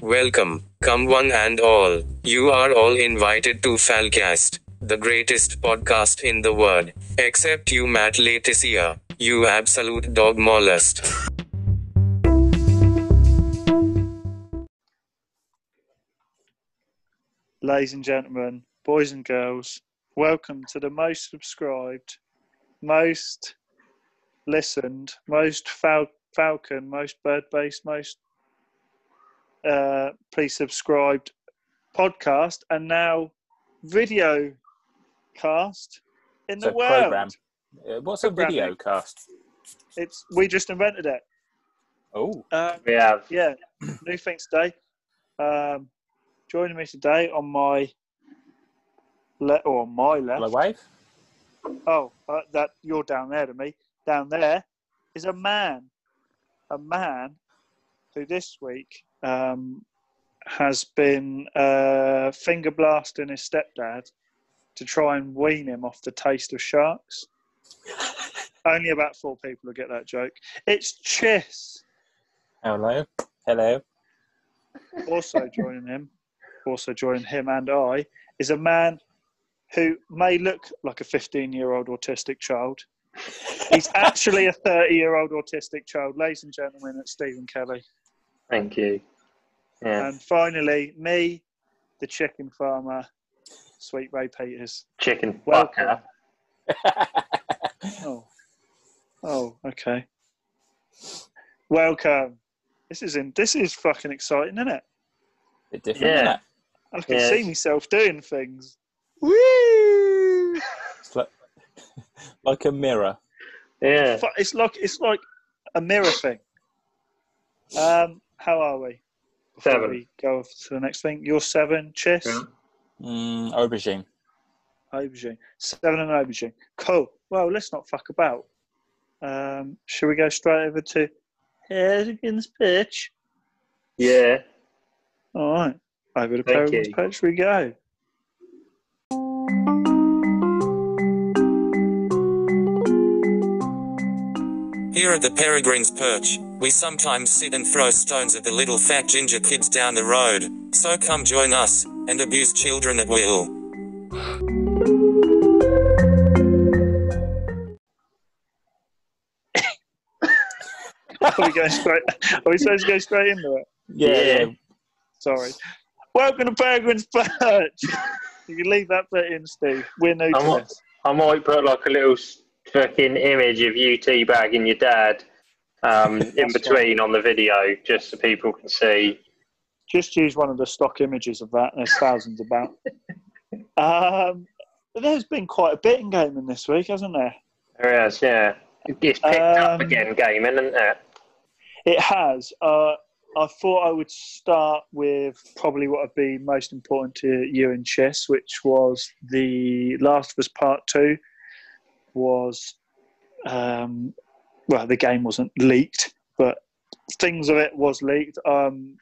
Welcome, come one and all. You are all invited to Falcast, the greatest podcast in the world. Except you, Matt Leticia, you absolute dog molest. ladies and gentlemen, boys and girls, welcome to the most subscribed, most listened, most fal- falcon, most bird based, most uh, please subscribed podcast and now video cast in the It's a world. program. Uh, What's a Programming. video cast? It's we just invented it. Oh, Um, We have. yeah, new thing today. Um, joining me today on my left or on my left. hello, wave. Oh, uh, that you're down there to me. Down there is a man, a man who this week um, has been uh, finger blasting his stepdad to try and wean him off the taste of sharks. Only about four people will get that joke. It's Chiss Hello. Hello. also joining him. Also joining him and I is a man who may look like a 15-year-old autistic child. He's actually a 30 year old autistic child, ladies and gentlemen, it's Stephen Kelly. Thank you. Yeah. And finally, me, the chicken farmer, sweet Ray Peters. Chicken welcome. fucker. Oh, oh, okay. Welcome. This is in, this is fucking exciting, isn't it? Bit different. Yeah. Yeah. I can Yes. see myself doing things. It's like, like a mirror. Yeah. Fu- It's like it's like a mirror thing. Um, how are we? Before Seven. We go off to the next thing. You're seven. Chess. Yeah. Mm, aubergine. Aubergine. Seven and aubergine. Cool. Well, let's not fuck about. Um, should we go straight over to Peregrine's Pitch? Yeah. All right. Over to Thank Peregrine's you. Pitch we go. Here at the Peregrine's Perch, we sometimes sit and throw stones at the little fat ginger kids down the road, so come join us, and abuse children at will. Are we going straight? Are we supposed to go straight into it? Yeah. Yeah. yeah. Sorry. Welcome to Peregrine's Perch. you can leave that bit in, Steve. We're new I'm to not- this. I might put like a little s- fucking image of you teabagging your dad um, in That's between on the video, just so people can see. Just use one of the stock images of that. There's thousands about. Um, but there's been quite a betting game in this week, hasn't there? There is, yeah. It's picked Um, up again, gaming, isn't it? It has. Uh, I thought I would start with probably what would be most important to you in chess, which was the Last of Us Part Two. Was um, well, the game wasn't leaked, but things of it was leaked. Um,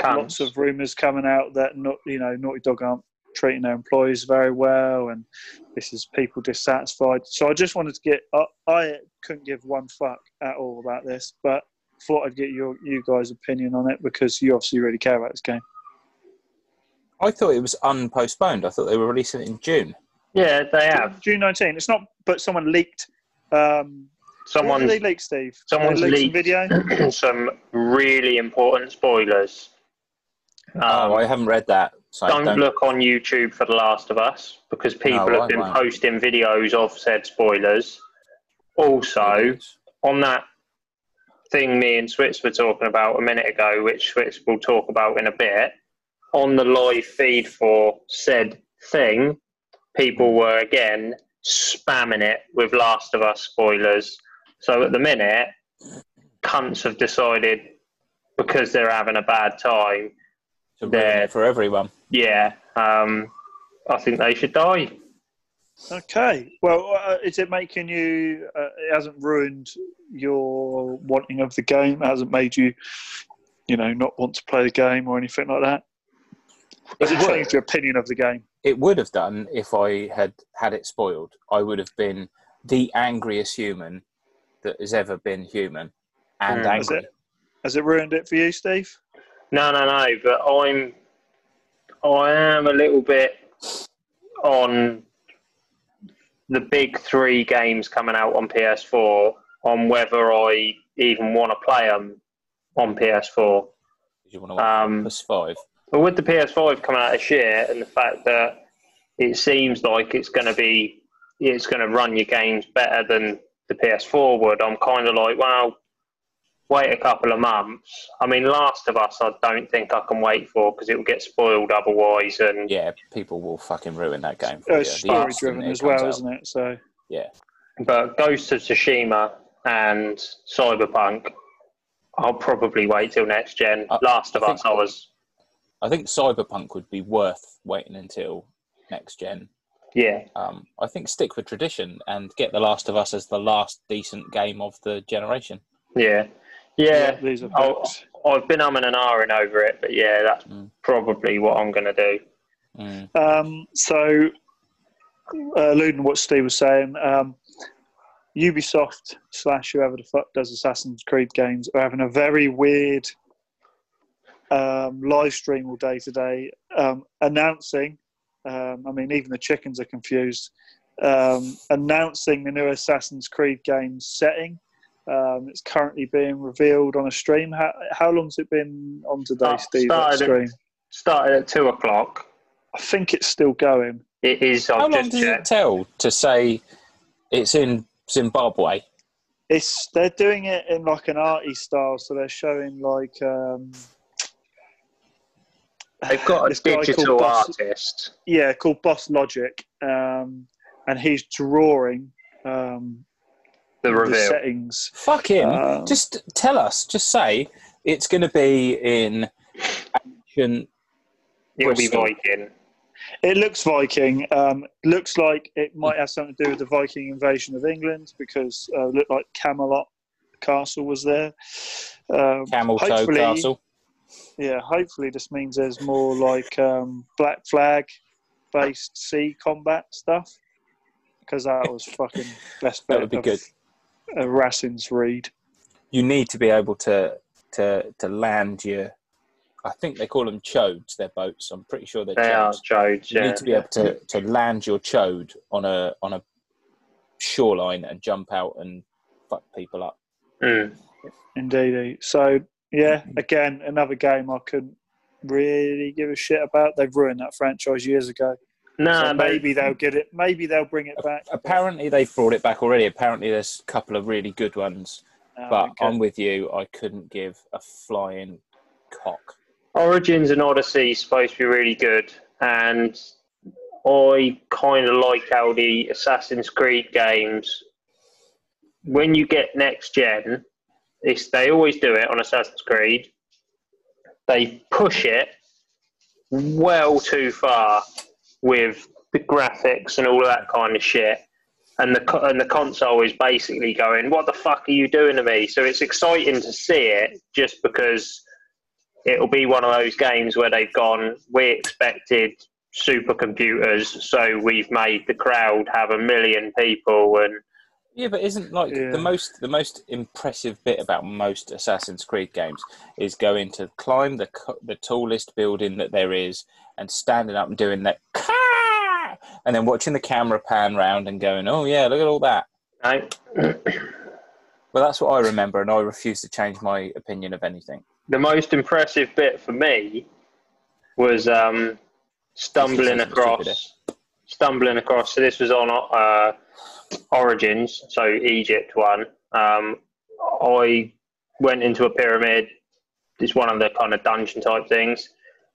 Cunts. lots of rumours coming out that not, you know Naughty Dog aren't treating their employees very well, and this is people dissatisfied. So I just wanted to get I, I couldn't give one fuck at all about this, but thought I'd get your you guys' opinion on it because you obviously really care about this game. I thought it was unpostponed. I thought they were releasing it in June. Yeah, they have. June 19. It's not, but someone leaked. Um, what did Someone's, they leak, Steve? someone's They leaked some leaked. video. some really important spoilers. Um, oh, I haven't read that. So don't, don't, look on YouTube for The Last of Us because people No, have I been won't. posting videos of said spoilers. Also, on that thing me and Switz were talking about a minute ago, which Switz will talk about in a bit, on the live feed for said thing, people were again spamming it with Last of Us spoilers. So at the minute, cunts have decided because they're having a bad time to ruin there. it for everyone. yeah, um, I think they should die. Okay. Well, uh, is it making you? Uh, it hasn't ruined your wanting of the game. It hasn't made you, you know, not want to play the game or anything like that. Has it would. changed your opinion of the game? It would have done if I had had it spoiled. I would have been the angriest human that has ever been human, and Mm. Is angry. it? Has it ruined it for you, Steve? No, no, no. But I'm, I am a little bit on the big three games coming out on PS4 on whether I even want to play them on PS4. Did you want to Um, plus five? But with the PS5 coming out this year and the fact that it seems like it's going to be, it's going to run your games better than the PS4 would, I'm kind of like, well, wait a couple of months. I mean, Last of Us, I don't think I can wait for because it will get spoiled otherwise. And Yeah, people will fucking ruin that game. Uh, you. it's The story instant driven it as comes well, out. isn't it? So Yeah, but Ghost of Tsushima and Cyberpunk, I'll probably wait till next gen. I- Last of I Us, I think- was, I think Cyberpunk would be worth waiting until next gen. yeah, Um, I think stick with tradition and get The Last of Us as the last decent game of the generation. yeah, yeah. these are Oh, I'll- facts. I've been umming and ahhing over it, but yeah, that's Mm. probably what I'm going to do. Mm. Um, so, uh, alluding to what Steve was saying, um, Ubisoft slash whoever the fuck does Assassin's Creed games are having a very weird um, live stream all day today, um, announcing. Um, I mean, even the chickens are confused. Um, announcing the new Assassin's Creed game setting. Um, it's currently being revealed on a stream. How, how long's it been on today, Oh, Steve? That started- stream? Started at two o'clock. I think it's still going. It is. How I've long just does it checked. tell to say it's in Zimbabwe? it's they're doing it in like an arty style, so they're showing like um, They've got a this guy called digital Boss- artist. yeah, called Boss Logic, um, and he's drawing um, The the reveal. settings. Fuck him. Uh, just tell us. Just say it's going to be in ancient. It'll be Bristol. Viking. It looks Viking. Um, looks like it might have something to do with the Viking invasion of England because uh, it looked like Camelot Castle was there. Um, Camel Toe hopefully- Castle. yeah, hopefully this means there's more like um, Black Flag based sea combat stuff because that was fucking best That bit would be of good. A Rassin's read. You need to be able to to to land your. I think they call them chodes. Their boats. I'm pretty sure they're They are chodes. Jodes. You Yeah. need to be able to, to land your chode on a on a shoreline and jump out and fuck people up. Mm. Indeed. So yeah, again, another game I couldn't really give a shit about. They've ruined that franchise years ago. So No, they- maybe they'll get it. Maybe they'll bring it back. Apparently they've brought it back already. Apparently there's a couple of really good ones. Oh, Um, but okay. I'm with you. I couldn't give a flying cock. Origins and Odyssey is supposed to be really good, and I kind of like how the Assassin's Creed games, when you get next gen, it's, they always do it on Assassin's Creed. They push it well too far with the graphics and all of that kind of shit. And the, co- and the console is basically going, What the fuck are you doing to me? So it's exciting to see it just because it'll be one of those games where they've gone, we expected supercomputers, so we've made the crowd have a million people. And Yeah, but isn't like Yeah. the most the most impressive bit about most Assassin's Creed games is going to climb the co- the tallest building that there is and standing up and doing that, "Caw!" and then watching the camera pan round and going, "Oh yeah, look at all that." no, Well, that's what I remember, and I refuse to change my opinion of anything. the most impressive bit for me was um, stumbling Assassin's across, stumbling across. So this was on uh, Origins, so Egypt one. Um, I went into a pyramid. It's one of the kind of dungeon type things.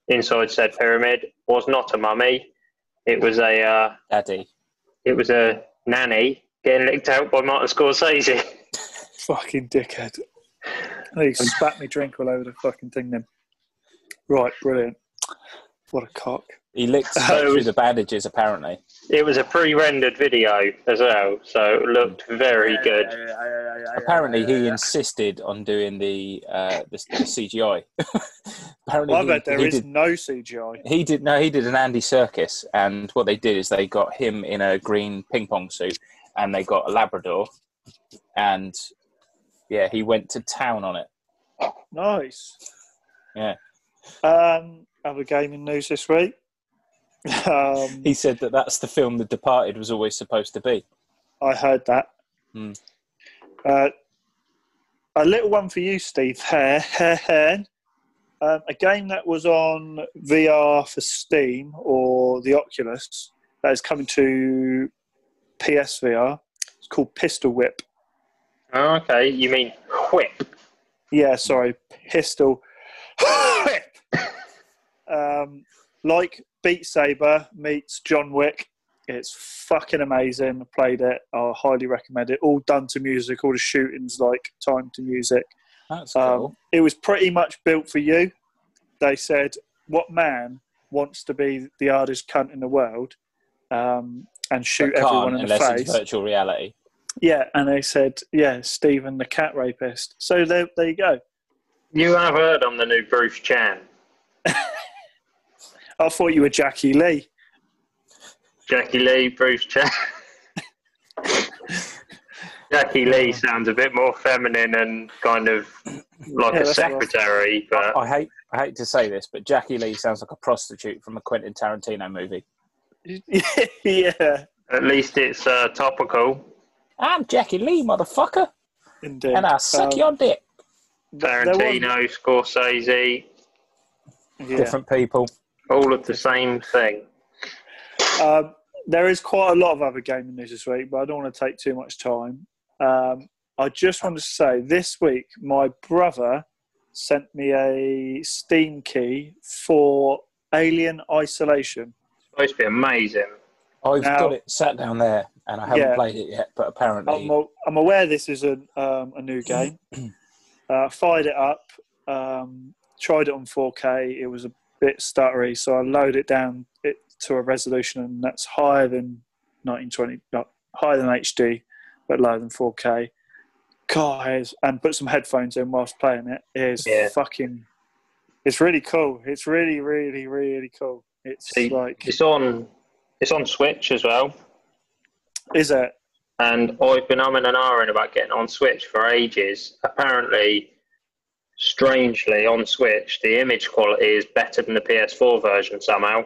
Inside said pyramid was not a mummy. It was a uh, Daddy, it was a nanny getting licked out by Martin Scorsese. Fucking dickhead. He spat me drink all over the fucking thing then. Right, brilliant. What a cock. he licked So- straight through the bandages. Apparently, It was a pre-rendered video as well, so it looked very good. apparently he insisted on doing the uh, the, the CGI. apparently, I he- bet there he is did- no CGI. He did no, he did an Andy Circus, and what they did is they got him in a green ping pong suit, and they got a Labrador, and yeah, he went to town on it. Nice. Yeah. Um, other gaming news this week. Um, He said that that's the film The Departed was always supposed to be. I heard that. Hmm. Uh, a little one for you, Steve. um, a game that was on VR for Steam or the Oculus that is coming to PSVR. It's called Pistol Whip. Oh, okay, you mean whip? Yeah, sorry, pistol. um, like Beat Saber meets John Wick. It's fucking amazing. I played it. I highly recommend it. All done to music. All the shootings like time to music. That's Um, cool. It was pretty much built for you. They said, "What man wants to be the hardest cunt in the world um, and shoot But can't everyone in the unless face?" it's virtual reality. Yeah, and they said, "Yeah, Stephen the cat rapist." So there, there you go. You have heard I'm the new Bruce Chan. I thought you were Jackie Lee. Jackie Lee, Bruce Chan. Jackie Lee sounds a bit more feminine and kind of like Yeah, a that's what I- secretary, but I hate I hate to say this, but Jackie Lee sounds like a prostitute from a Quentin Tarantino movie. yeah, at least it's uh, topical. I'm Jackie Lee, motherfucker, indeed. and I suck Um, your dick. th- there was- Tarantino, Scorsese, yeah. Different people. all of the same thing. Um, there is quite a lot of other gaming news this week, but I don't want to take too much time. Um, I just want to say this week, my brother sent me a Steam key for Alien Isolation. supposed to be amazing. I've Now- got it sat down there, and I haven't Yeah. Oh, played it yet. But I'm, apparently, a, I'm aware this is a, um, a new game. uh, fired it up, um, tried it on 4K. It was a bit stuttery, so I lowered it down it to a resolution that's higher than 1920, not higher than HD, but lower than 4K. Guys, and put some headphones in whilst playing it. It's Yeah. fucking. It's really cool. It's really, really, really cool. It's See, like, It's on, it's on Switch as well, is it? and I've been umming and ahhing about getting on Switch for ages. Apparently, strangely, on Switch the image quality is better than the PS4 version somehow.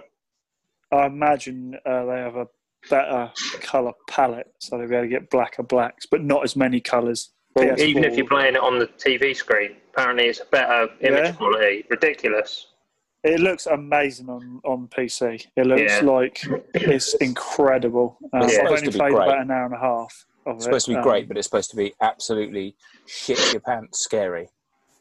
I imagine uh, they have a better color palette, so they'll be able to get blacker blacks, but not as many colors. Well, even if you're playing it on the TV screen, apparently it's a better image Yeah. quality. Ridiculous. It looks amazing on, on PC. It looks Yeah. like it's incredible. Um, It's I've supposed only to be played great. about an hour and a half. Of it's supposed it. to be um, great, but it's supposed to be absolutely shit your pants scary.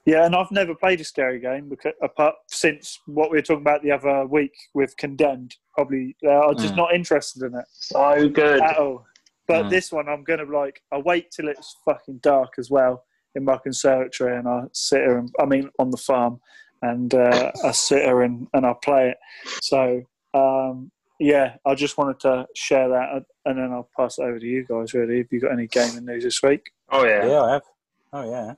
yeah, and I've never played a scary game because apart since what we were talking about the other week with Condemned, probably uh, I'm just Mm. not interested in it So good. at all. But Mm. this one, I'm gonna like. I wait till it's fucking dark as well in my conservatory, and I sit here. And, I mean, on the farm, and uh, I sit here and, and I play it. So um, yeah, I just wanted to share that, and then I'll pass it over to you guys. Really, if you got any gaming news this week? Oh Yeah, yeah. I have. Oh yeah.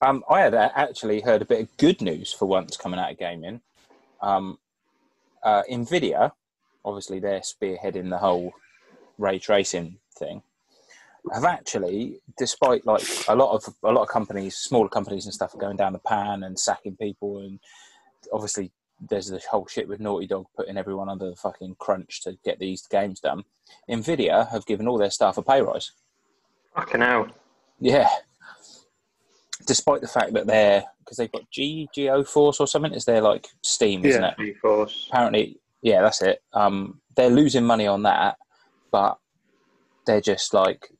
Um, I had uh, actually heard a bit of good news for once coming out of gaming. Um, uh, Nvidia, obviously they're spearheading the whole ray tracing thing, have actually, despite like a lot of a lot of companies, smaller companies and stuff, are going down the pan and sacking people, and obviously there's this whole shit with Naughty Dog putting everyone under the fucking crunch to get these games done. Nvidia have given all their staff a pay rise. Fucking hell. Yeah. Despite the fact that they're because they've got G Geo Force or something, is their like Steam, isn't Yeah. it? GeForce. Apparently, yeah, that's it. Um, they're losing money on that, but they're just like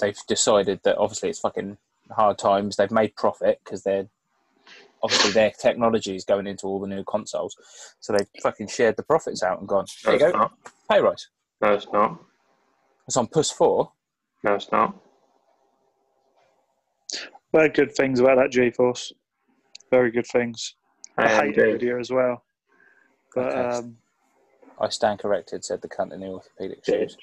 they've decided that obviously it's fucking hard times. They've made profit because they're obviously their technology is going into all the new consoles, so they've fucking shared the profits out and gone. No, There you it's go, not. pay rise. No, it's not. It's on Puss Four. No, it's not. Very good things about that GeForce. Very good things. I hate AMD. Nvidia as well, but Okay. um, I stand corrected," said the cunt in the orthopedic shoes.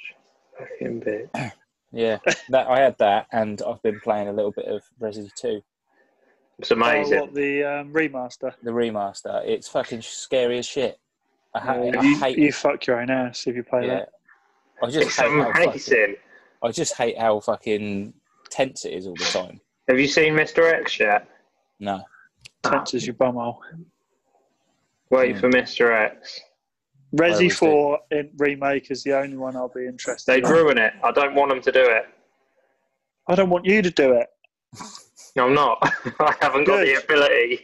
Bitch. Fucking bitch. Yeah, that I had that, and I've been playing a little bit of Resi Two, It's oh, amazing. what the um, remaster. the remaster. It's fucking scary as shit. I, ha- Yeah, I you, hate. you fuck your own ass if you play yeah, that. I just It's hate how fucking, amazing. I just hate how fucking tense it is all the time. Have you seen Mr. X yet? No, Tenses your bumhole. Wait Hmm. for Mr. X. Resi always Four in remake is the only one I'll be interested. They'd in. ruin it. I don't want them to do it. I don't want you to do it. No, I'm not. I haven't got the Good.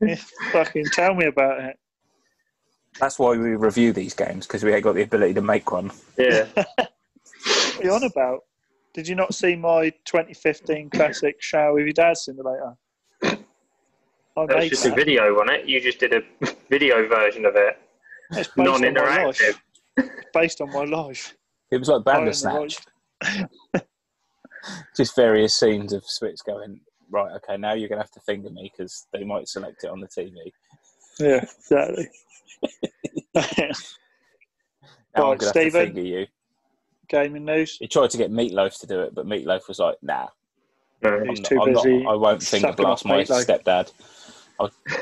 ability. Fucking tell me about it. That's why we review these games because we ain't got the ability to make one. Yeah. What are you on about? Did you not see my 2015 classic Shower with Your Dad simulator? I That was made just a that. video, wasn't it? You just did a video version of it. It's based Non on my interactive. life. Based on my life. It was like I own the Bandersnatch, right- just various scenes of Switch going right. Okay, now you're gonna have to finger me because they might select it on the TV. Yeah, exactly. Now I'm Right, gonna have Stephen. to finger you. Gaming news. He tried to get Meatloaf to do it, but Meatloaf was like, "Nah, No. He's I'm too not, I'm not- busy. I won't finger sucking blast off my Meatloaf. stepdad."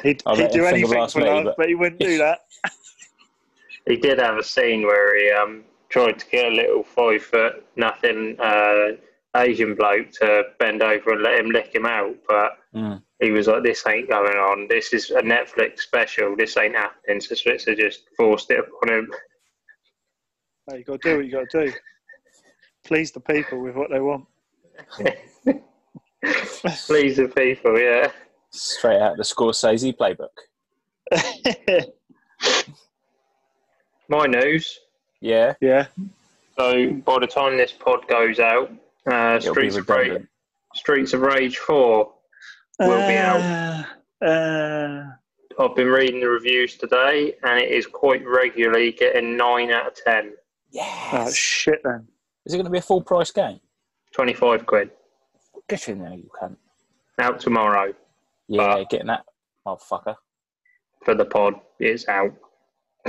He'd, I'll he'd let do him finger anything blast for me, love, but- but he wouldn't do that. He did have a scene where he um, tried to get a little five foot nothing uh, Asian bloke to bend over and let him lick him out, but Mm. he was like, "This ain't going on. This is a Netflix special. This ain't happening." So Switzer just forced it upon him. No, you got to do what you got to do. Please the people with what they want. Please the people, yeah. Straight out the Scorsese playbook. My news. Yeah, yeah. So by the time this pod goes out, uh, it'll be Streets of Rage, redundant. Streets of Rage Four will be out. Uh, uh, I've been reading the reviews today, and it is quite regularly getting nine out of ten. oh, Yes. shit then. Is it going to be a full price game? 25 quid. Get in there, you cunt. Out tomorrow Yeah, Uh, getting that oh, motherfucker. for the pod. It's out.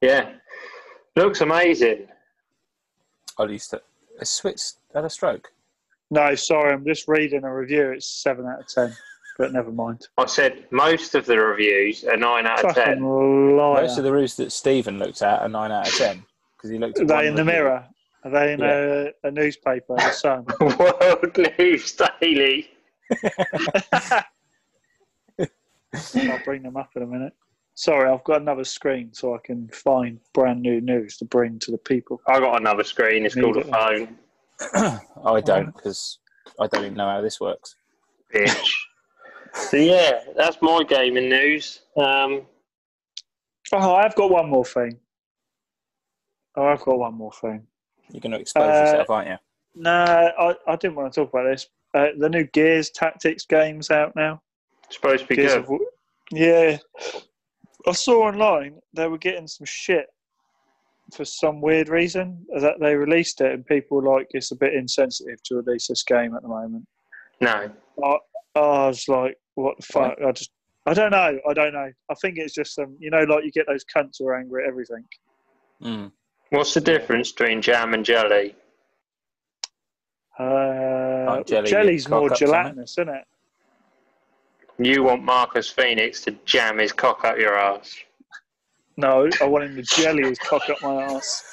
yeah. Looks amazing. At least a switch had a stroke. No, sorry, I'm just reading a review. It's 7 out of 10, but never mind. I said most of the reviews are 9 out of 10. Fucking liar. Most of the reviews that Stephen looked at are nine out of ten because he looked. Are At one they in the review. mirror? Are they in a, a newspaper, The Sun? World News Daily. I'll bring them up in a minute. Sorry, I've got another screen so I can find brand new news to bring to the people. I got another screen. It's Me called a too. phone. I don't because I don't even know how this works. Bitch. so, yeah, that's my gaming news. Um, Oh, I've got one more thing. Oh, I've got one more thing. You're going to expose Uh, yourself, aren't you? No, I, I didn't want to talk about this. Uh, the new Gears Tactics game's out now. supposed to be Gears good. of War- yeah. I saw online they were getting some shit for some weird reason uh, that they released it, and people were like it's a bit insensitive to release this game at the moment. No. I, I was like, what the fuck? I just, I don't know. I don't know. I think it's just some, you know, like you get those cunts who are angry at everything. Mm. What's the difference between jam and jelly? Uh, Like Oh, jelly, jelly's you more cock up something. gelatinous, isn't it? You want Marcus Phoenix to jam his cock up your ass. No, I want him to jelly his cock up my ass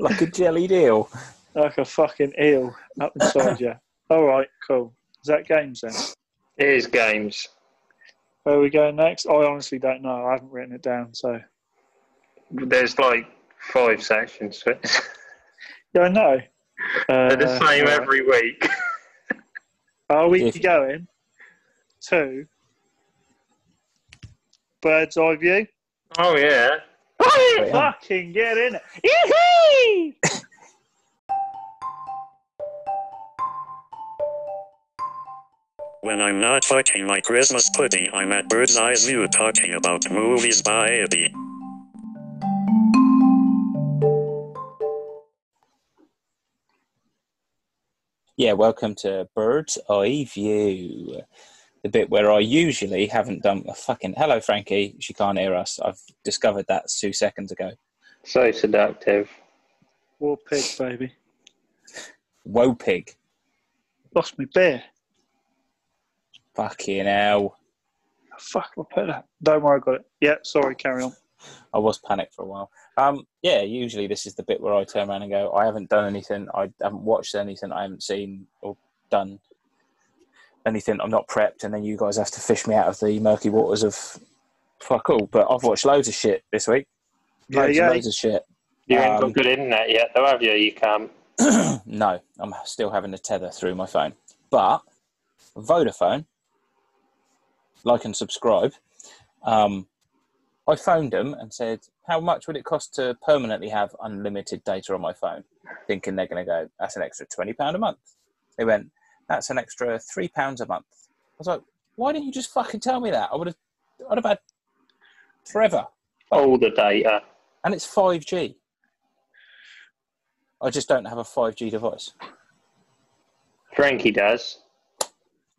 Like a jelly deal. like a fucking eel up inside you. All right, cool. Is that games then? It is games. Where are we going next? I honestly don't know. I haven't written it down, so There's like five sections. to it. yeah, I know. Uh, They're the same all right. every week. Are we If- going to bird's eye view? Oh yeah. Right, yeah. Fucking get in it. When I'm not fucking my Christmas pudding, I'm at Bird's Eye View talking about movies by Eddie. Yeah, welcome to Bird's Eye View, the bit where I usually haven't done a fucking hello, Frankie. She can't hear us. I've discovered that two seconds ago. So seductive. War pig, baby. Whoa, pig. Lost me beer. Fucking hell. Fuck, I put that. Don't worry, I got it. Yeah, sorry, carry on. I was panicked for a while. Um, yeah, usually this is the bit where I turn around and go, I haven't done anything. I haven't watched anything. I haven't seen or done. and you think I'm not prepped, and then you guys have to fish me out of the murky waters of fuck all. But I've watched loads of shit this week. Yeah, Loads, yeah. and loads of shit. You ain't Um, got good internet yet, though, have you? You can't. No, I'm still having a tether through my phone. But Vodafone, like and subscribe. Um, I phoned them and said, "How much would it cost to permanently have unlimited data on my phone?" Thinking they're going to go, "That's an extra twenty pound a month." They went, "That's an extra three pounds a month." I was like, "Why didn't you just fucking tell me that? I would have, I'd have had forever." All the data. and it's 5G. I just don't have a 5G device. Frankie does.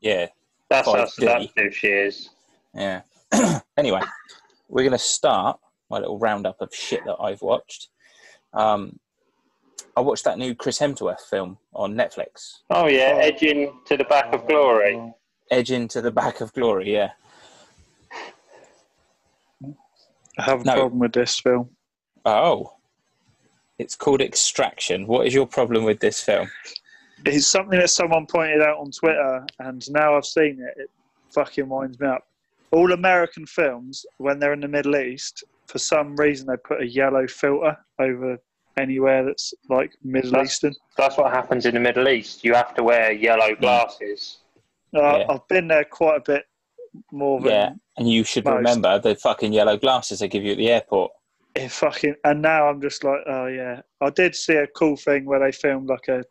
Yeah, That's Five us. G. That's who she is. yeah. anyway, we're going to start my little roundup of shit that I've watched. Um, I watched that new Chris Hemsworth film on Netflix, Oh yeah, Oh. edging to the back of glory. Edge into the Back of Glory. Yeah, I have a No. problem with this film. Oh. It's called Extraction. What is your problem with this film? It's something that someone pointed out on Twitter, and now I've seen it. It fucking winds me up. All American films, when they're in the Middle East, for some reason they put a yellow filter over anywhere that's like Middle That's- Eastern. That's what happens in the Middle East. You have to wear Hmm. yellow glasses. Uh, Yeah. I've been there quite a bit more than Yeah, and you should Most. remember the fucking yellow glasses they give you at the airport. it fucking and now I'm just like, oh yeah. I did see a cool thing where they filmed like a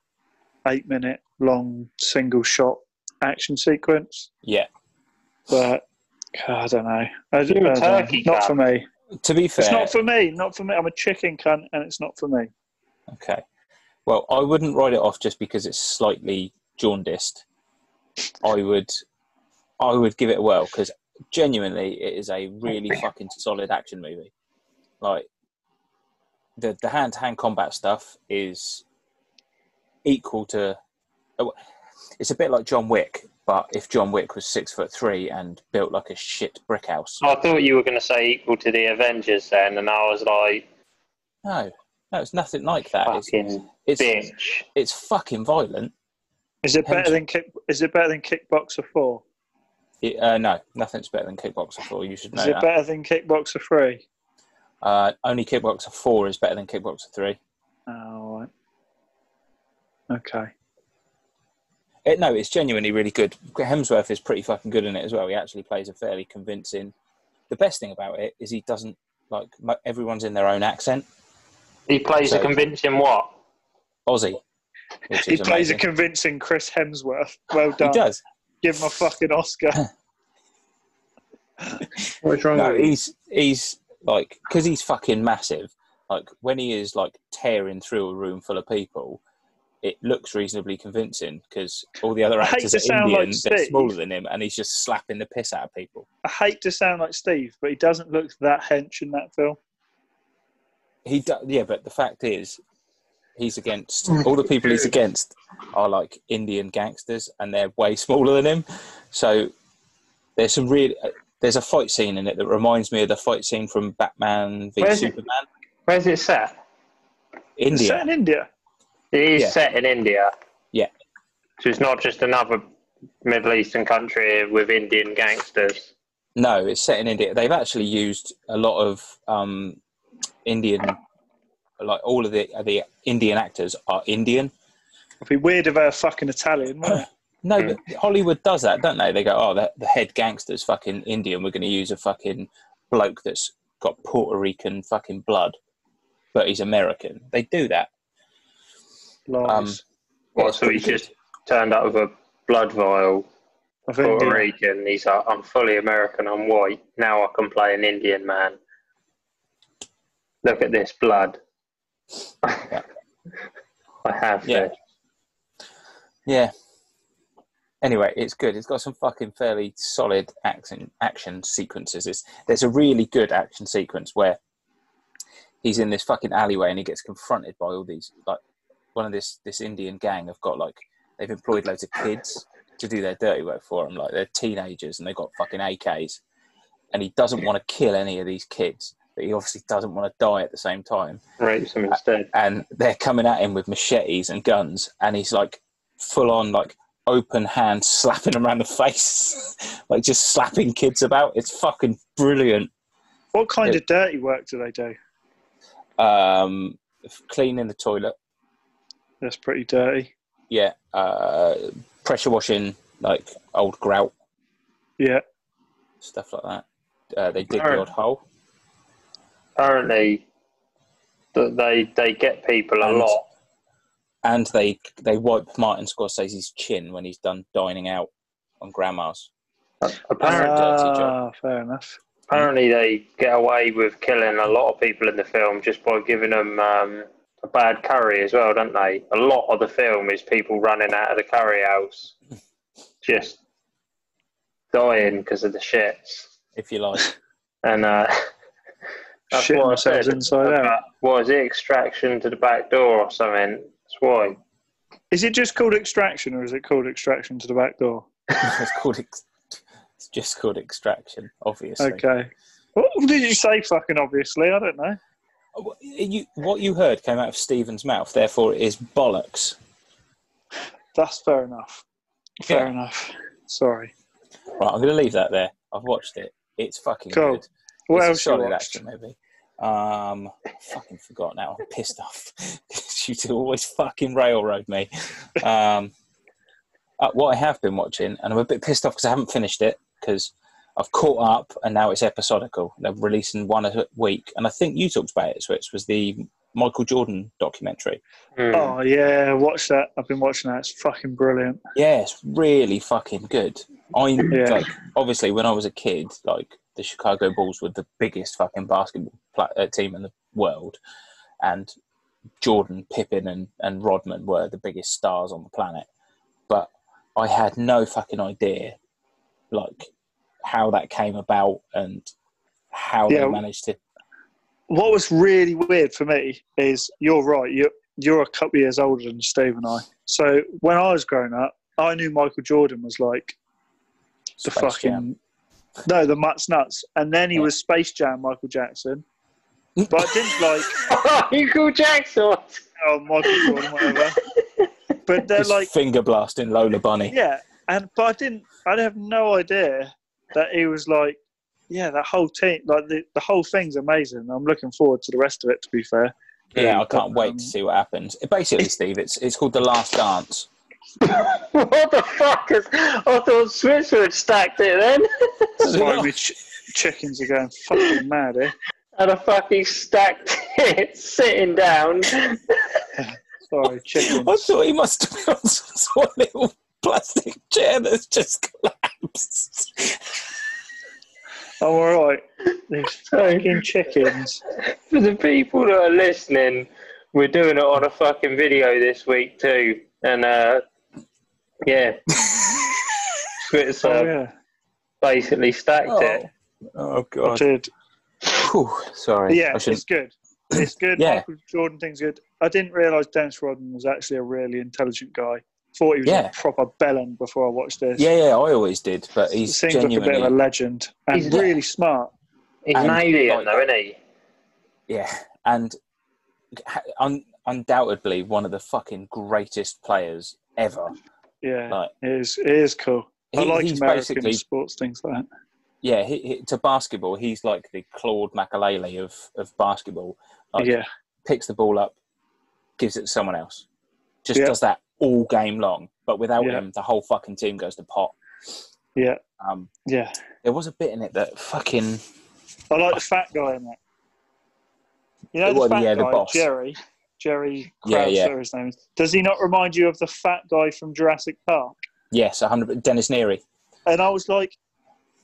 eight minute long single shot action sequence, Yeah. but I don't know. I, I You're a don't know. turkey Not cunt. for me. To be fair, It's not for me. Not for me. I'm a chicken cunt, and it's not for me. Okay. Well, I wouldn't write it off just because it's slightly jaundiced. I would, I would give it a whirl because genuinely, it is a really fucking solid action movie. Like the the hand to hand combat stuff is equal to. oh, It's a bit like John Wick, but if John Wick was six foot three and built like a shit brick house, I thought you were going to say equal to the Avengers then, and I was like, no, no, it's nothing like that. It's fucking it's, it's, bitch. fucking violent. Is it better Hence- than kick? Is it better than Kickboxer Four? It, uh, no, nothing's better than Kickboxer 4. You should know Is it that. better than Kickboxer Three? Uh, only Kickboxer 4 is better than Kickboxer 3. Oh, all right. okay. It, no, it's genuinely really good. Hemsworth is pretty fucking good in it as well. He actually plays a fairly convincing. The best thing about it is he doesn't, like, mo- everyone's in their own accent. He plays So- a convincing what? Aussie. Which He is plays a amazing. convincing Chris Hemsworth. Well He done. does. Give him a fucking Oscar. What's wrong Oh. No, he's, he's like, because he's fucking massive, like, when he is, like, tearing through a room full of people, it looks reasonably convincing because all the other I hate actors to are sound like Indian, they're Steve. smaller than him, and he's just slapping the piss out of people. I hate to sound like Steve, but he doesn't look that hench in that film. He do, yeah, but the fact is, he's against Oh all the people he's against are like Indian gangsters, and they're way smaller than him. So there's some really there's a fight scene in it that reminds me of the fight scene from Batman v Where's it? Superman. Where's it set? It's India, set in India. It is Yeah. set in India. Yeah. So it's not just another Middle Eastern country with Indian gangsters. no, it's set in India. They've actually used a lot of um, Indian, like all of the the Indian actors are Indian. It'd be weird if they were fucking Italian, wouldn't it? No, but Hollywood does that, don't they? They go, oh, the, the head gangster's fucking Indian. We're going to use a fucking bloke that's got Puerto Rican fucking blood, but he's American. They do that. Um, Lies Well, It's so he's pretty just turned up with a blood vial, of Puerto India. Rican. He's like, I'm fully American, I'm white. Now I can play an Indian man. Look at this blood. I have Yeah. this. Yeah. Anyway, it's good. It's got some fucking fairly solid action action sequences. It's, there's a really good action sequence where he's in this fucking alleyway and he gets confronted by all these like one of this this Indian gang have got like they've employed loads of kids to do their dirty work for him. Like they're teenagers and they've got fucking AKs, and he doesn't want to kill any of these kids, but he obviously doesn't want to die at the same time Rapes him instead. and they're coming at him with machetes and guns, and he's like full on like open hand slapping them around the face, like just slapping kids about. It's fucking brilliant. What kind of dirty work do they do? Um, cleaning the toilet, That's pretty dirty. yeah. Uh, pressure washing like old grout Yeah. stuff like that. Uh, they dig Alright. the odd hole. Apparently, that they they get people a And- lot. and they they wipe Martin Scorsese's chin when he's done dining out on grandma's. uh, Apparently, dirty Ah, job. fair enough. apparently they get away with killing a lot of people in the film just by giving them um, a bad curry as well, don't they? A lot of the film is people running out of the curry house, just dying because of the shits. If you like, And uh, that's Shitting what I themselves said. inside out. about- What is it? Extraction to the back door or something? That's why. Is it just called extraction, or is it called extraction to the back door? it's called ex- it's just called extraction. Obviously, Okay. What did you say? Fucking obviously, I don't know. What you, what you heard came out of Stephen's mouth. Therefore, it is bollocks. That's fair enough. Fair Yeah. enough. Sorry. Right, I'm going to leave that there. I've watched it. It's fucking Cool. good. What it's a else you solid watched? action movie. Um, I fucking forgot now. I'm pissed off. you two always fucking railroad me. Um, uh, what I have been watching, and I'm a bit pissed off because I haven't finished it because I've caught up, and now it's episodical. They're releasing one a week, and I think you talked about it, Switch, was the Michael Jordan documentary. Hmm. Oh yeah, watch that. I've been watching that. It's fucking brilliant. Yeah, it's really fucking good. I Yeah. like obviously when I was a kid, like the Chicago Bulls were the biggest fucking basketball pla uh, team in the world, and Jordan, Pippen, and and Rodman were the biggest stars on the planet. But I had no fucking idea, like how that came about and how Yeah. they managed to. What was really weird for me is you're right. You're you're a couple years older than Steve and I. So when I was growing up, I knew Michael Jordan was like the Space fucking Jam. no, the Mutt's nuts, and then he Yeah. was Space Jam, Michael Jackson. But I didn't like Michael Jackson. oh, Michael Jordan, whatever. But they're His like finger blasting Lola Bunny. Yeah, and but I didn't. I'd have no idea that he was like, yeah, that whole team, like the, the whole thing's amazing. I'm looking forward to the rest of it. To be fair, Yeah, I can't wait Um, to see what happens. Basically, Steve, it's it's called the Last Dance. What the fuck? Is, I thought Switzerland stacked it then. Sorry, my ch- chickens are going fucking mad eh? here. and I fucking stacked it sitting down. Sorry, chickens. I thought he must have been on some sort of little plastic chair that's just collapsed. I'm all right. These fucking chickens. Uh, For the people that are listening, we're doing it on a fucking video this week too. And uh, yeah, Switzer Oh yeah, basically stacked it. Oh, oh I god. did. Whew, sorry. Yeah, I it's shouldn't. good. It's good. Yeah. Michael Jordan thing's good. I didn't realise Dennis Rodman was actually a really intelligent guy. Thought he was Yeah. a proper bellend before I watched this. Yeah, yeah, I always did, but He he's seems like a bit of genuinely. a legend and He's- really smart. He's an And, alien like- though, isn't he? Yeah, and ha- un- undoubtedly one of the fucking greatest players ever. Yeah, Like, it is. It is cool. I he- like he's American basically sports things like that. yeah, he, he, to basketball, he's like the Claude Makalele of of basketball. Like, yeah, picks the ball up, gives it to someone else. Just Yeah. does that all game long. But without Yeah. him, the whole fucking team goes to pot. yeah, Um, yeah. there was a bit in it that fucking I like the fat guy in that. You know the Well, fat yeah, the guy, boss. Jerry. Jerry Yeah, Krause, yeah. whatever his name is. Does he not remind you of the fat guy from Jurassic Park? yes, hundred Dennis Neary. And I was like,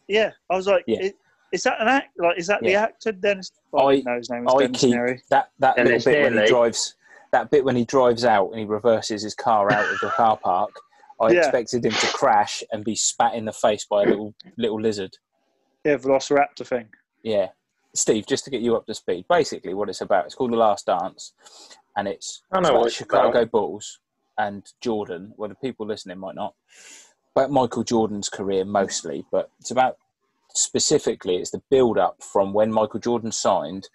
yeah, I was like, Yeah. i- is that an act? Like, is that the Yeah. actor Dennis? Oh, I- no, his name is I Dennis keep Neary. that that Dennis little bit when Neary. he drives that bit when he drives out and he reverses his car out of the car park. I Yeah. expected him to crash and be spat in the face by a little little lizard. Yeah, Velociraptor thing. Yeah. Steve, just to get you up to speed, basically what it's about, it's called The Last Dance, and it's, I know it's what about it's Chicago about. Bulls and Jordan. Well, the people listening might not, but Michael Jordan's career mostly, but it's about specifically it's the build up from when Michael Jordan signed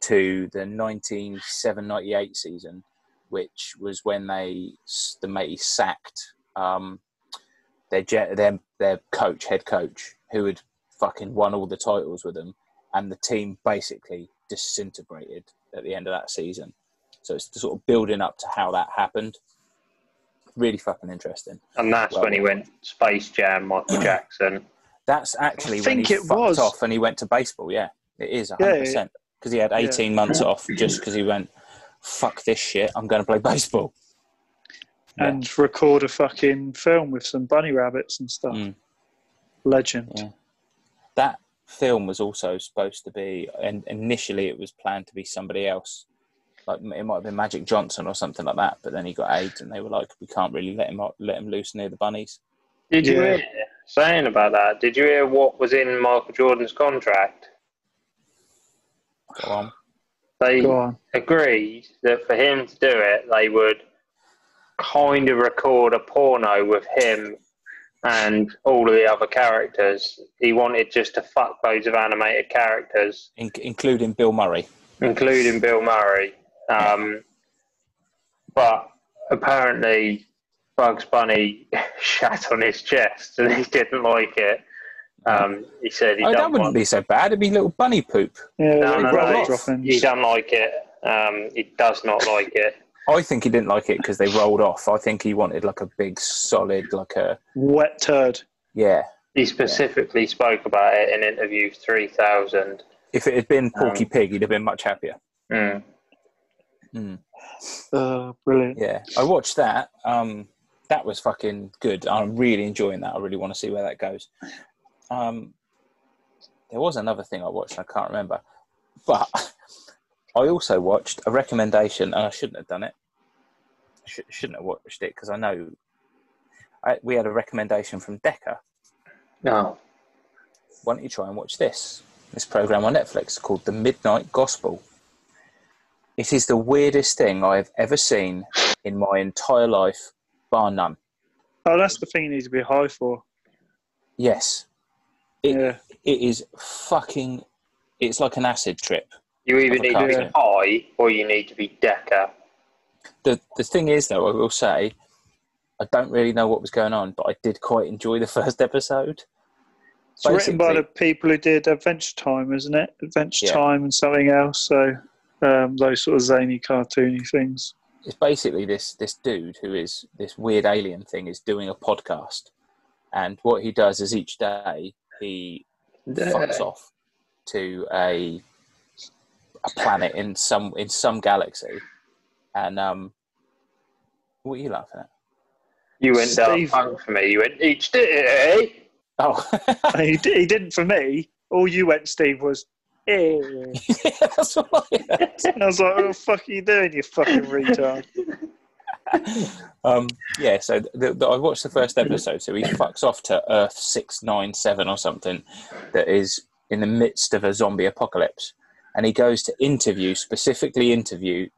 to the 97-98 season, which was when they s- the Matey sacked um, their jet, their their coach, head coach, who had fucking won all the titles with them, and the team basically disintegrated at the end of that season. So it's sort of building up to how that happened. Really fucking interesting. And that's Well- when he went Space Jam, Michael Jackson. That's actually when think he it fucked was. off and he went to baseball. Yeah, it is Yeah, 100 percent because he had 18 months off just because he went fuck this shit. I'm going to play baseball. Yeah. and record a fucking film with some bunny rabbits and stuff. Mm. Legend. Yeah. that film was also supposed to be, and initially it was planned to be somebody else. Like it might have been Magic Johnson or something like that, but then he got AIDS, and they were like, "We can't really let him out- let him loose near the bunnies." Did you Yeah. hear saying about that? Did you hear what was in Michael Jordan's contract? Go on. They Go on. agreed that for him to do it, they would kind of record a porno with him and all of the other characters. He wanted just to fuck loads of animated characters, In- including Bill Murray. including Bill Murray. Um, but apparently, Bugs Bunny shat on his chest and he didn't like it. Um, he said he Oh, that don't wouldn't want be so bad. It'd be little bunny poop. Yeah, No, little no, rabbit no. droppings. he don't like it. Um, he does not like it. I think he didn't like it because they rolled off. I think he wanted like a big solid, like a Wet turd. yeah. He specifically spoke about it in interview 3000. If it had been Porky Pig, he'd have been much happier. Hmm. Mm. Uh, brilliant. Yeah, I watched that. Um, that was fucking good. I'm really enjoying that. I really want to see where that goes. Um, there was another thing I watched. I can't remember, but I also watched a recommendation, and I shouldn't have done it. Sh- shouldn't have watched it because I know I, we had a recommendation from Decker. No. Why don't you try and watch this? This program on Netflix called The Midnight Gospel. It is the weirdest thing I have ever seen in my entire life, bar none. Oh, that's the thing you need to be high for. Yes. It, Yeah. it is fucking. It's like an acid trip. You either Of a need to be cartoon. high or you need to be Decker. The, the thing is, though, I will say, I don't really know what was going on, but I did quite enjoy the first episode. It's written by the Basically- people who did Adventure Time, isn't it? Adventure Yeah. Time and something else. So um, those sort of zany, cartoony things. it's basically this this dude who is this weird alien thing is doing a podcast, and what he does is each day he fucks off to a a planet in some in some galaxy, and um, what are you laughing at? You went down Steve. punk for me. You went each day. Oh, he, did, he didn't for me. All you went, Steve, was. Eh. Yeah, that's what I And I was like, what the fuck are you doing, you fucking retard? um, yeah, so the, the, I watched the first episode. So he fucks off to Earth six nine seven or something that is in the midst of a zombie apocalypse, and he goes to interview specifically interview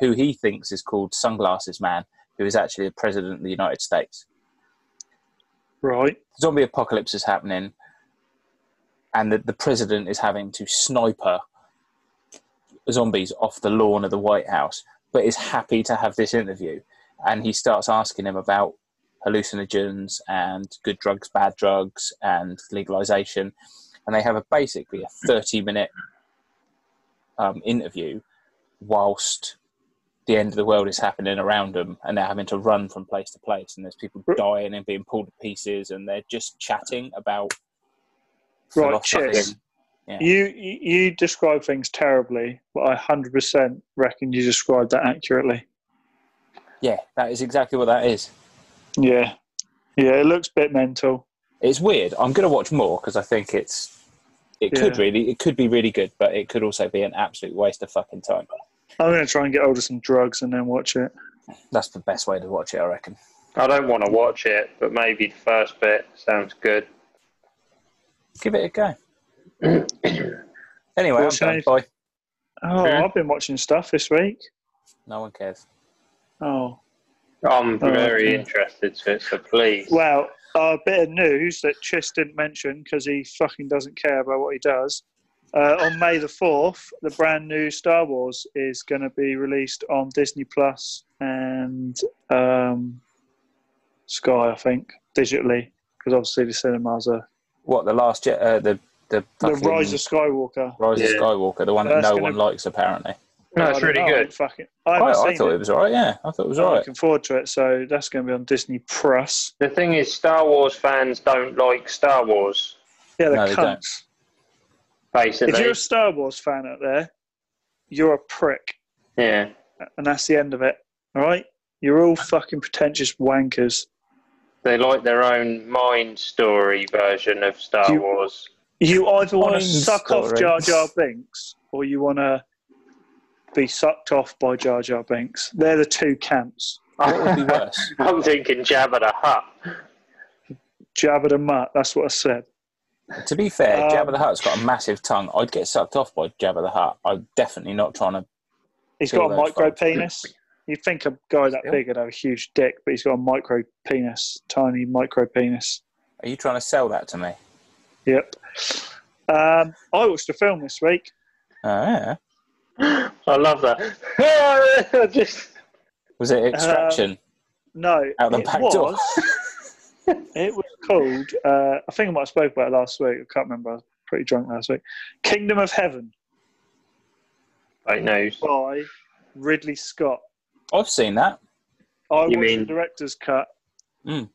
who he thinks is called Sunglasses Man, who is actually the president of the United States. Right. zombie apocalypse is happening and the, the president is having to sniper zombies off the lawn of the White House, but is happy to have this interview. And he starts asking him about hallucinogens and good drugs, bad drugs, and legalization. And they have a basically a 30 minute um, interview whilst the end of the world is happening around them and they're having to run from place to place and there's people dying and being pulled to pieces and they're just chatting about Right, philosophy. cheers. Yeah. You you you describe things terribly, but I hundred percent reckon you described that accurately. yeah that is exactly what that is Yeah, yeah, it looks a bit mental. it's weird i'm going to watch more because i think it's it could Yeah. really it could be really good but it could also be an absolute waste of fucking time I'm gonna try and get hold of some drugs and then watch it. that's the best way to watch it i reckon I don't want to watch it, but maybe the first bit sounds good. give it a go anyway I'm What's your done. name? Bye. Oh, Yeah. I've been watching stuff this week. no one cares Oh, I'm Oh, very okay. interested to it, so please. well, a bit of news that Chis didn't mention because he fucking doesn't care about what he does. Uh, on May the fourth, the brand new Star Wars is going to be released on Disney Plus and um, Sky, I think. digitally because obviously the cinemas are What the last jet? Uh, the the, the fucking Rise of Skywalker. Rise of Yeah. Skywalker, the one that That's no gonna- one likes apparently. No, I it's don't really know, I good. haven't Fucking, I I, haven't I seen thought it. Oh, it. was alright. Yeah, I thought it was I'm alright. looking forward to it. So that's going to be on Disney Plus. The thing is, Star Wars fans don't like Star Wars, Yeah, they're No, they don't. cunts. If basically. you're a Star Wars fan out there, you're a prick, Yeah. and that's the end of it. All right, you're all fucking pretentious wankers. They like their own mind story version of Star Do you- Wars. You either want to Fine suck off story. Jar Jar Binks, or you want to be sucked off by Jar Jar Binks. They're the two camps. What would be worse? I'm thinking Jabba the Hutt. Jabba the Mutt. That's what I said. to be fair, Um, Jabba the Hutt's got a massive tongue. I'd get sucked off by Jabba the Hutt. I'm definitely not trying to. He's Two got of a those micro fucks. penis. You'd think a guy that Still. big would have a huge dick, but he's got a micro penis, tiny micro penis. Are you trying to sell that to me? Yep. Um, I watched a film this week. Oh, yeah. I love that. Just Was it Extraction? No, Out the Uh, it back was. door. it was called. Uh, I think I might have spoke about it last week. I can't remember. I was pretty drunk last week. Kingdom of Heaven great news. by Ridley Scott. I've seen that. I watched mean- the director's cut Mm.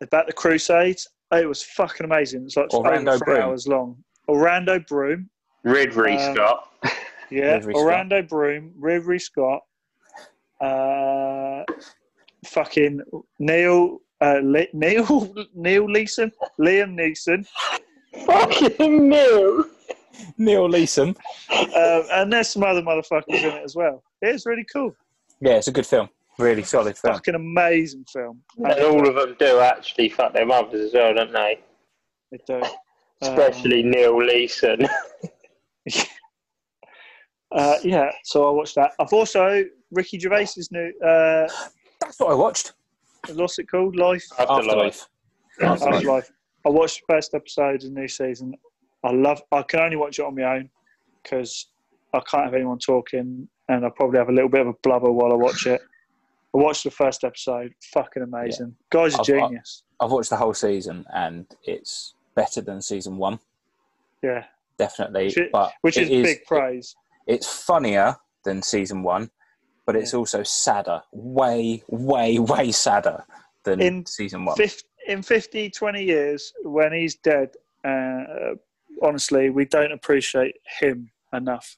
about the Crusades. It was fucking amazing. It's like Orlando over three Bloom. hours long. Orlando Broom, Ridley Um, Scott. yeah, Ridley Scott. Orlando Broom, Ridley Scott, uh, fucking Neil, uh, Le- Neil, Neil Leeson, Liam Neeson, Fucking no. Neil Leeson. um, and there's some other motherfuckers in it as well. It is really cool. Yeah, it's a good film. Really solid film. Fucking amazing film. And all of them do actually fuck their mothers as well, don't they? They do. Um, Especially Neil Leeson. uh, yeah, so I watched that. I've also Ricky Gervais's new uh, That's what I watched. what's it called? Life Afterlife. Afterlife. Afterlife. Afterlife. Life. I watched the first episode of the new season. I love. I can only watch it on my own because I can't have anyone talking, and I probably have a little bit of a blubber while I watch it. I watched the first episode. Fucking amazing. Guy's a I've- I- genius. I've watched the whole season and it's better than season one, yeah, definitely. Which i- but which it is, big praise. It's funnier than season one, but it's also sadder. Way, way, way sadder than In season one. Fif- in 50, 20 years, when he's dead, uh, honestly, we don't appreciate him enough.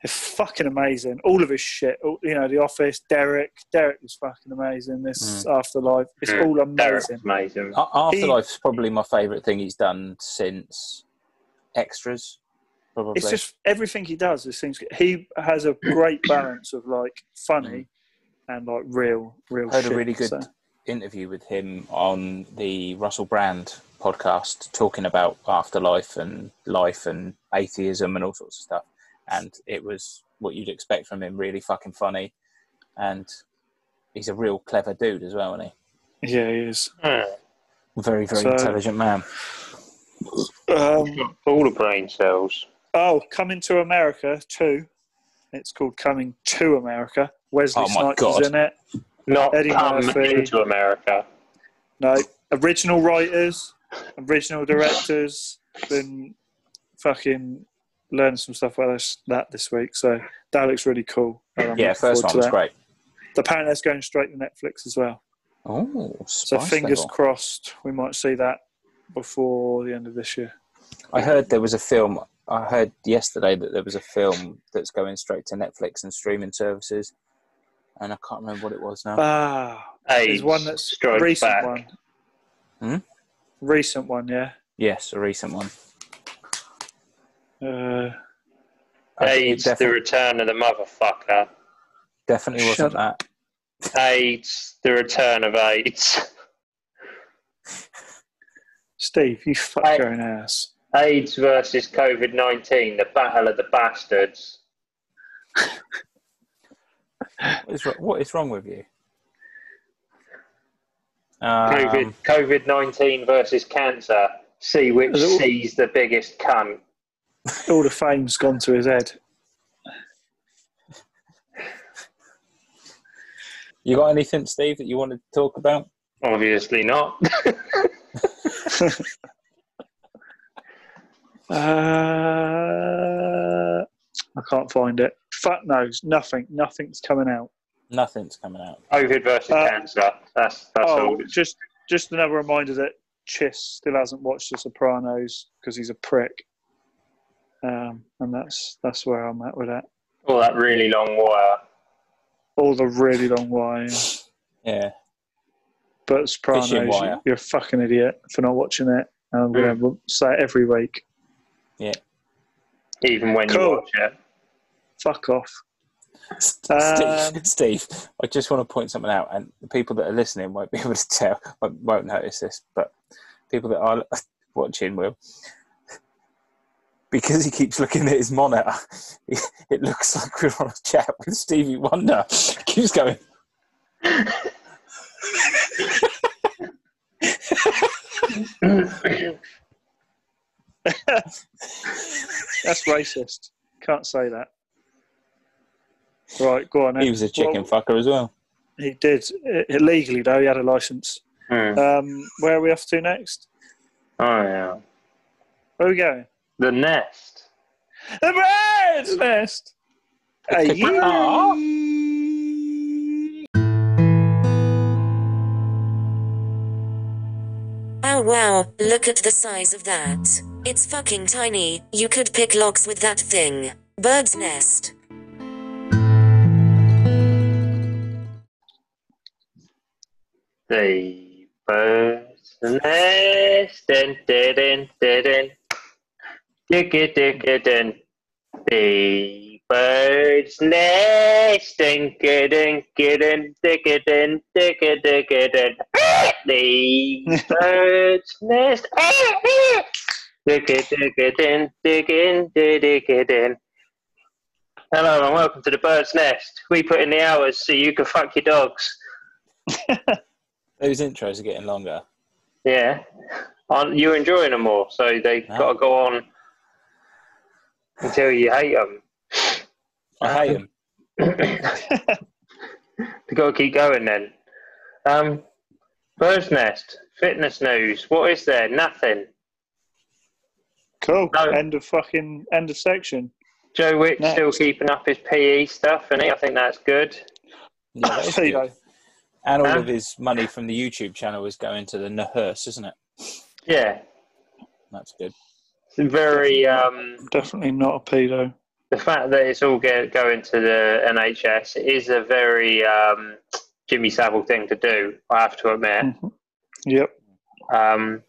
It's fucking amazing. All of his shit, all, you know, The Office, Derek. Derek was fucking amazing. This Afterlife, it's Mm. all Derek's amazing. amazing. A- Afterlife's probably my favourite thing he's done since Extras. Probably. It's just everything he does. It seems he has a great balance of like funny and like real, real. I heard shit, Mm. a really good so. interview with him on the Russell Brand podcast, talking about afterlife and life and atheism and all sorts of stuff. And it was what you'd expect from him, really fucking funny. And he's a real clever dude as well, isn't Yeah, he is. Hmm. he? Very, very So- intelligent man. Um, All the brain cells. Oh, Coming to America 2. It's called Coming to America. Wesley Oh my Snipes God. is in it. Not Eddie come Murphy. into America. No, original writers, original directors. Been fucking learning some stuff about this, that this week. So that looks really cool. and I'm Yeah, looking forward first one to was that. great. Apparently, that's going straight to Netflix as well. Oh, So spice fingers level. crossed, we might see that before the end of this year. I heard there was a film. I heard yesterday that there was a film that's going straight to Netflix and streaming services, and I can't remember what it was now. Ah, AIDS there's one that's strikes recent back. one. Hmm? Recent one, yeah. yes, a recent one. Uh, I think it AIDS, defi- the return of the motherfucker. definitely wasn't Shut that. AIDS, the return of AIDS. Steve, you fuck I- your own ass. AIDS versus COVID 19, the battle of the bastards. What is, wr- what is wrong with you? Um, COVID COVID 19 versus cancer. See which Hello. sees the biggest cunt. All the fame's gone to his head. you got anything, Steve, that you wanted to talk about? Obviously not. Uh, I can't find it. Fat nose. Nothing. Nothing's coming out. Nothing's coming out. COVID versus Uh, cancer. That's that's Oh, all. It's just just another reminder that Chiss still hasn't watched The Sopranos because he's a prick. Um, and that's that's where I'm at with that. all that really long wire. All the really long wire, Yeah. but Sopranos, Fishing wire. you- you're a fucking idiot for not watching it. And I'm going to say it every week. Even when Cool. you watch it. Fuck off. S- Um, Steve, Steve, I just want to point something out, and the people that are listening won't be able to tell, won't won't notice this, but people that are watching will. Because he keeps looking at his monitor, it looks like we're on a chat with Stevie Wonder. keeps going. That's racist. Can't say that. Right, go on. then. He was a chicken Well, fucker as well. he did. I- Illegally, though, he had a license. Hmm. Um, where are we off to next? Oh yeah. Where are we going? The nest. The bird's nest. Hey, Aw. Oh wow, look at the size of that. It's fucking tiny, you could pick locks with that thing. Bird's nest. The bird's nest. Dun, dun, dun, dun, dun. Dicka, dicka, dun. The bird's nest. Dun, dun, dun, dun, dicka, dun, dicka, dicka, dun. The bird's nest. Dicka, dicka, dun, dicka, dun, dicka, dun. Hello and welcome to the Bird's Nest. We put in the hours so you can fuck your dogs. Those intros are getting longer. Yeah. Aren't you enjoying them more? So they've No. got to go on until you hate them. Uh, I hate him. They've got to keep going then. Um, Bird's Nest, fitness news. What is there? Nothing. Cool. No. End of fucking end of section. Joe Wick Next. still keeping up his PE stuff, and I think that's good. Yeah, that is there you good. go. Uh. And all Huh? of his money from the YouTube channel is going to the Nahurst, isn't it? Yeah. That's good. It's very. Um, Definitely not a pedo. the fact that it's all go- going to the NHS is a very um, Jimmy Savile thing to do, I have to admit. Mhm. Yep. Um,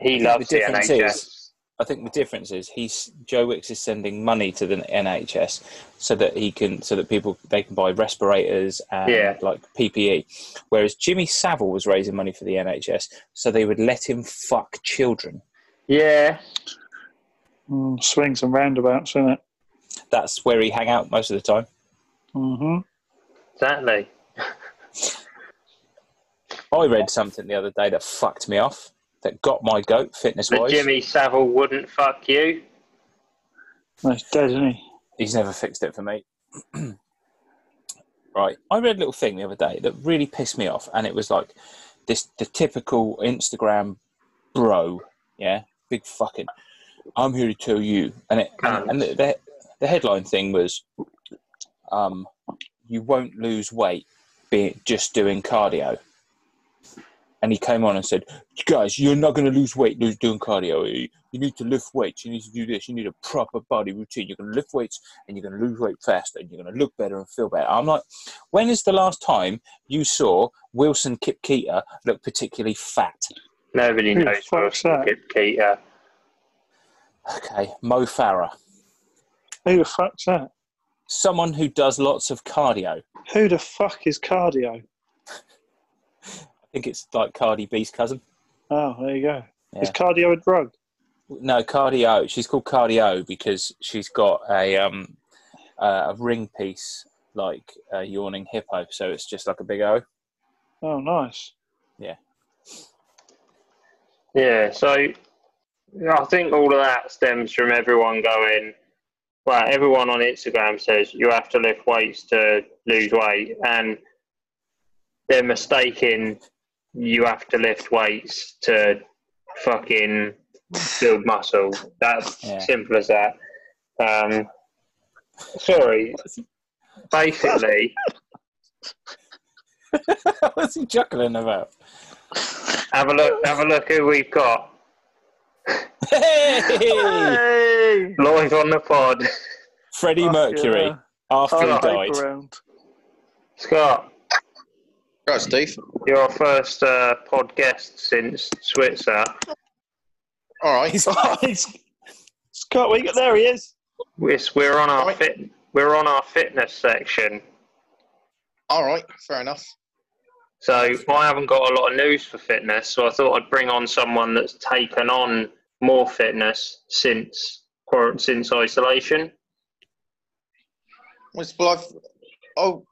he The loves the, difference NHS. is- I think the difference is he's Joe Wicks is sending money to the NHS so that he can so that people they can buy respirators and Yeah. like PPE, whereas Jimmy Savile was raising money for the NHS so they would let him fuck children. Yeah. Mm, swings and roundabouts, isn't it? That's where he hang out most of the time. hmm Exactly. I read something the other day that fucked me off. That got my goat fitness That wise. Jimmy Savile wouldn't fuck you. No, he's dead, isn't he? He's never fixed it for me. right. I read a little thing the other day that really pissed me off, and it was like this the typical Instagram bro, yeah, big fucking. I'm here to tell you, and it Cunt. and the, the, the headline thing was, um, you won't lose weight be just doing cardio. And he came on and said, "You guys, you're not going to lose weight lo- doing cardio. You- You need to lift weights. You need to do this. You need a proper body routine. You're going to lift weights and you're going to lose weight faster and you're going to look better and feel better. I'm like, when is the last time you saw Wilson Kipketer look particularly fat? Nobody Who the knows fuck's Wilson that? Kipketer. Okay, Mo Farah, Who the fuck's that? someone who does lots of cardio. I Who the fuck is cardio? think it's like Cardi B's cousin. Oh, there you go. Yeah. Is cardio a drug? No, cardio. She's called cardio because she's got a um uh, a ring piece like a yawning hippo, so it's just like a big O. Oh, nice. Yeah, so I think all of that stems from everyone going, well, everyone on Instagram says you have to lift weights to lose weight, and they're mistaking you have to lift weights to fucking build muscle. That's Yeah. simple as that. Um, sorry. Basically, What's he chuckling about? have a look. Have a look who we've got Hey! Hey! live on the pod. Freddie Fuck Mercury yeah. after Oh, Full the Alright. he hype died. round. Scott, Right, Steve. you're our first uh, pod guest since Switzer. All right. He's- Scott, we got there. He is. It's, we're on our Right. fit. We're on our fitness section. All right. Fair enough. So I haven't got a lot of news for fitness, so I thought I'd bring on someone that's taken on more fitness since quar- since isolation. Well, it's- well, I've, oh,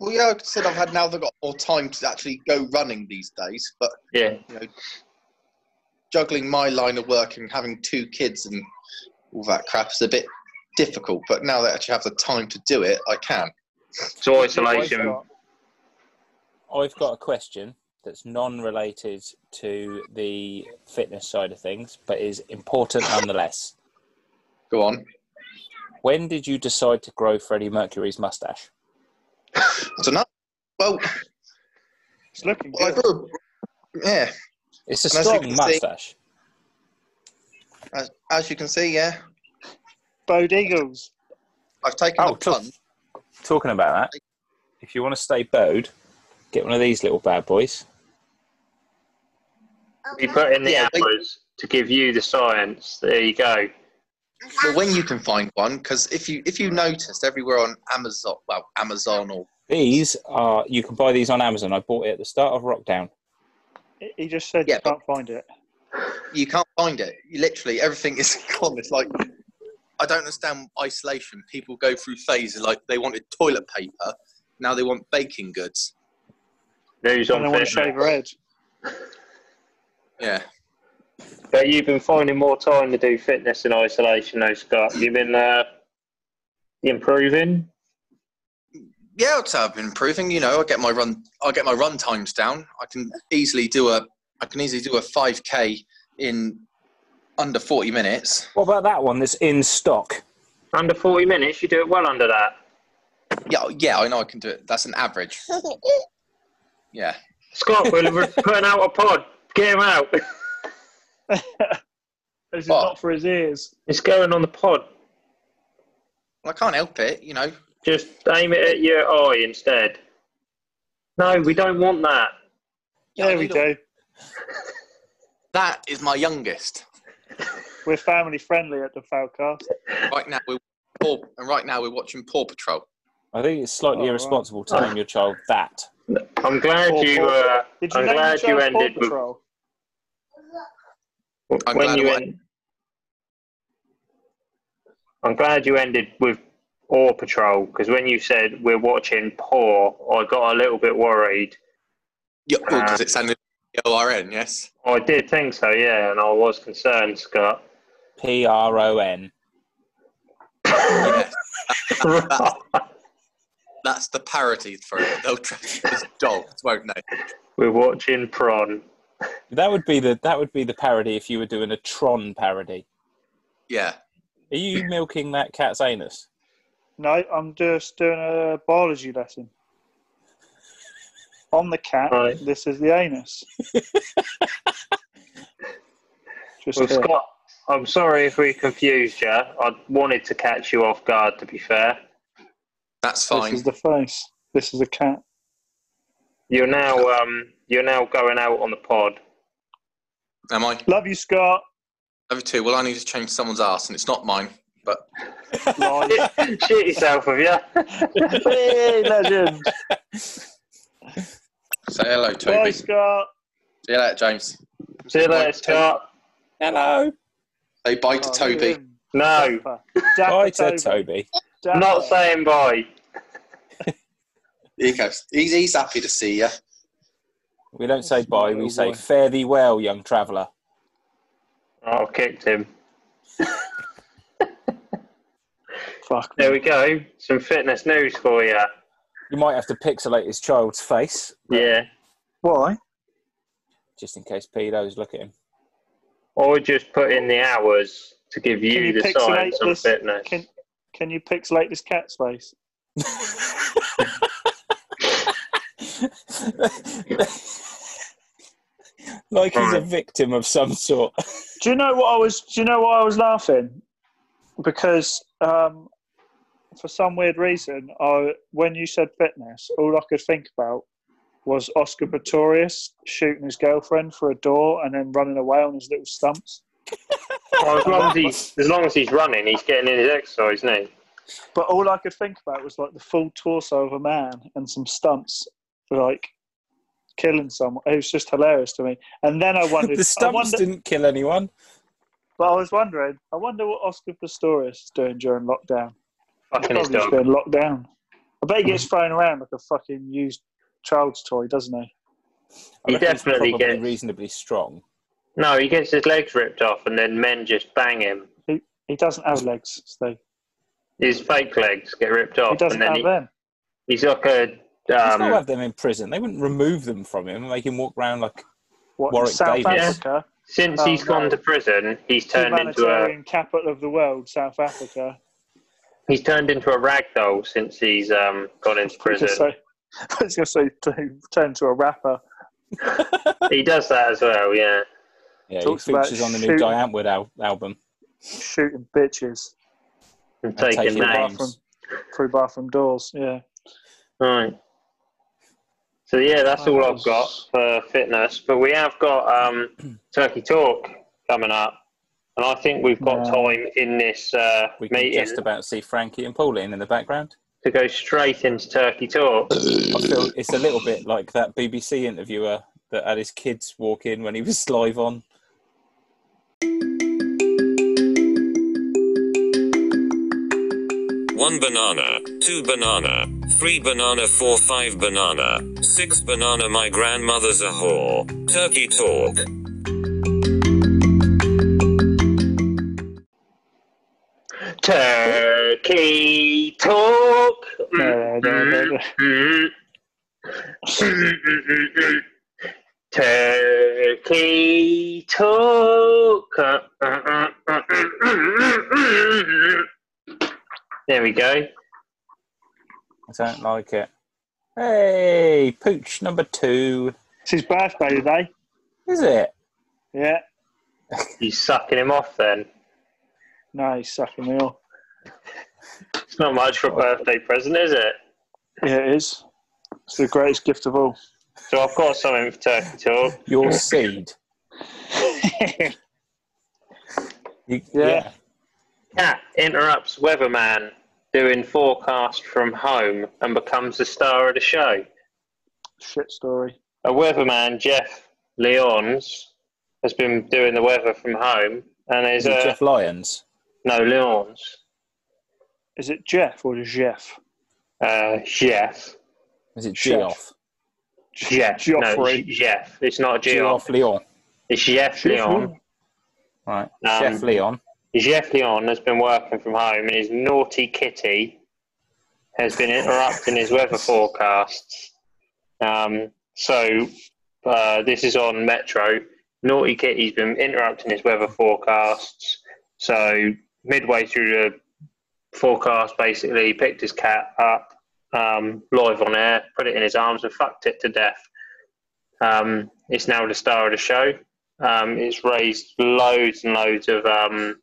well, yeah. I said I've had now. I've got more time to actually go running these days, but Yeah, juggling my line of work and having two kids and all that crap is a bit difficult. But now that I actually have the time to do it, I can. so isolation. Scott. I've got a question that's non-related to the fitness side of things, but is important nonetheless. Go on. When did you decide to grow Freddie Mercury's mustache? So now, well, It's looking I good. grew. Yeah, It's a And as you strong can see- mustache. as, as you can see, yeah, Bowed Eagles. I've taken Oh, the tough. plunge. Talking about that, if you want to stay bowed, get one of these little bad boys. We put in the Yeah, we- hours to give you the science. There you go. Well, when you can find one, because if you if you noticed everywhere on Amazon, well, Amazon or These are you can buy these on Amazon. I bought it at the start of Rockdown. He- He just said Yeah, you can't find it. you can't find it. You literally everything is gone. It's like I don't understand isolation. People go through phases like they wanted toilet paper, now they want baking goods. News And I on want to fitness. shave her head. Yeah. But you've been finding more time to do fitness in isolation, though, Scott. You've been uh, improving. Yeah, I'd say I've been improving. You know, I get my run, I get my run times down. I can easily do a, I can easily do a five k in under forty minutes. What about that one that's in stock? Under forty minutes, you do it well under that. Yeah, yeah, I know I can do it. That's an average. Yeah, Scott, we're we're putting out a pod. Get him out. This is What? not for his ears. It's going on the pod. well, I can't help it. You know, Just aim it at your eye instead. No, we don't want that. Yeah, there we we don't- go. that is my youngest We're family friendly at the Falcast. right now. We're Paw, and right now we're watching Paw Patrol. I think it's slightly Oh, right. irresponsible to name your child that. I'm glad Paw you. Paw. Uh, Did you I'm know glad you ended Paw with Patrol? I'm when glad you. I- End, I'm glad you ended with Paw Patrol because when you said we're watching Paw, I got a little bit worried. Yeah, because oh, it sounded O R N. Yes. I did think so, yeah, and I was concerned, Scott. P R O N. yes. That's the parody for it. They'll dress as dogs, won't they? we're watching Prawn. That would be the that would be the parody if you were doing a Tron parody. Yeah. Are you milking that cat's anus? No, I'm just doing a biology lesson. On the cat, Right. this is the anus. just Well, here. Scott, I'm sorry if we confused you. I wanted to catch you off guard, to be fair. That's this fine. is the face. This is the cat. You're now um, you're now going out on the pod. Am I? Love you, Scott. Over two. Well, I need to change someone's ass, and it's not mine. But Lies. Shit yourself, have you? Yay, legend. say hello, Toby. Bye, See Scott. you later, James. See you later, Right, Scott. Hello. Say bye to Oh, Toby. him. No, Dapper. Hi Dapper to Toby. Dapper. not saying bye. There you go. He's, he's happy to see you. We don't say bye, we little say boy. fare thee well, young traveller. Oh, I kicked him. Fuck me. There we go. Some fitness news for you. You might have to pixelate his child's face. Yeah. Why? just in case pedos look at him. Or just put in the hours to give you, you the pixelate signs of this? fitness. Can can you pixelate this cat's face? like he's a Right. victim of some sort. Do you know what I was? Do you know what I was laughing? Because um, for some weird reason, I when you said fitness, all I could think about was Oscar Pistorius shooting his girlfriend for a door and then running away on his little stumps. Well, as long as he's as long as he's running, he's getting in his exercise, isn't he? But all I could think about was like the full torso of a man and some stumps, like killing someone. It was just hilarious to me. And then I wondered, the I stumps wonder, didn't kill anyone. but I was wondering, I wonder what Oscar Pistorius is doing during lockdown. Fucking his Probably just dog. been locked down. I bet he Mm-hmm. gets thrown around like a fucking used child's toy, doesn't he? I He reckon he's definitely probably gets- reasonably strong. No, he gets his legs ripped off, and then men just bang him. He, he doesn't have legs, Steve. His fake legs get ripped He off, doesn't and then have he, them. he's like a Let's not um, have them in prison. They wouldn't remove them from him and make him walk around like. What, in Warwick South Davis. Africa, since Oh, he's gone no. to prison, he's turned into a humanitarian capital of the world, South Africa. he's turned into a rag doll since he's um gone into I was gonna prison. say- I was going to say, t- turn to a rapper. He does that as well, yeah. Yeah, he Talks about features on the new shooting- Diane Wood al- album. shooting bitches And and taking taking names. names. through bathroom doors. Yeah, Right. So yeah, that's all I've got for fitness. But we have got um, Turkey Talk coming up, and I think we've got Yeah. time in this uh, We can meeting just about see Frankie and Pauline in the background. to go straight into Turkey Talk. I feel it's a little bit like that BBC interviewer that had his kids walk in when he was live on. One banana, two banana, three banana, four, five banana, six banana. My grandmother's a whore. Turkey talk. Turkey Talk. No, no, no, no. Mm, mm, mm, mm, mm. Turkey Talk. Uh, uh, uh, uh, mm, mm, mm, mm. There we go. I don't like it. Hey, pooch number two. it's his birthday today. Is it? Yeah, He's sucking him off then. no, he's sucking me off. It's not much for a birthday present, is it? Yeah, it is. It's the greatest gift of all. So I've got something for Turkey Talk. Your seed. You- Yeah. yeah. Cat interrupts weatherman doing forecast from home and becomes the star of the show. Shit story. a weatherman, Jeff Lyons, has been doing the weather from home, and there's Is it a Jeff Lyons? no Lyons, Is it Jeff or Jeff? uh, Jeff, Is it Chef. Geoff? Jeff, no, Geoffrey. it's Jeff. It's not Geoff. Geoff Leon. It's Jeff Lyon. Right. Um, Chef Leon. Jeff Lyon has been working from home, and his naughty kitty has been interrupting his weather forecasts. Um, so uh, this is on Metro. Naughty kitty's been interrupting his weather forecasts. So midway through the forecast, basically he picked his cat up um, live on air, put it in his arms, and fucked it to death. Um, it's now the star of the show. Um, it's raised loads and loads of um,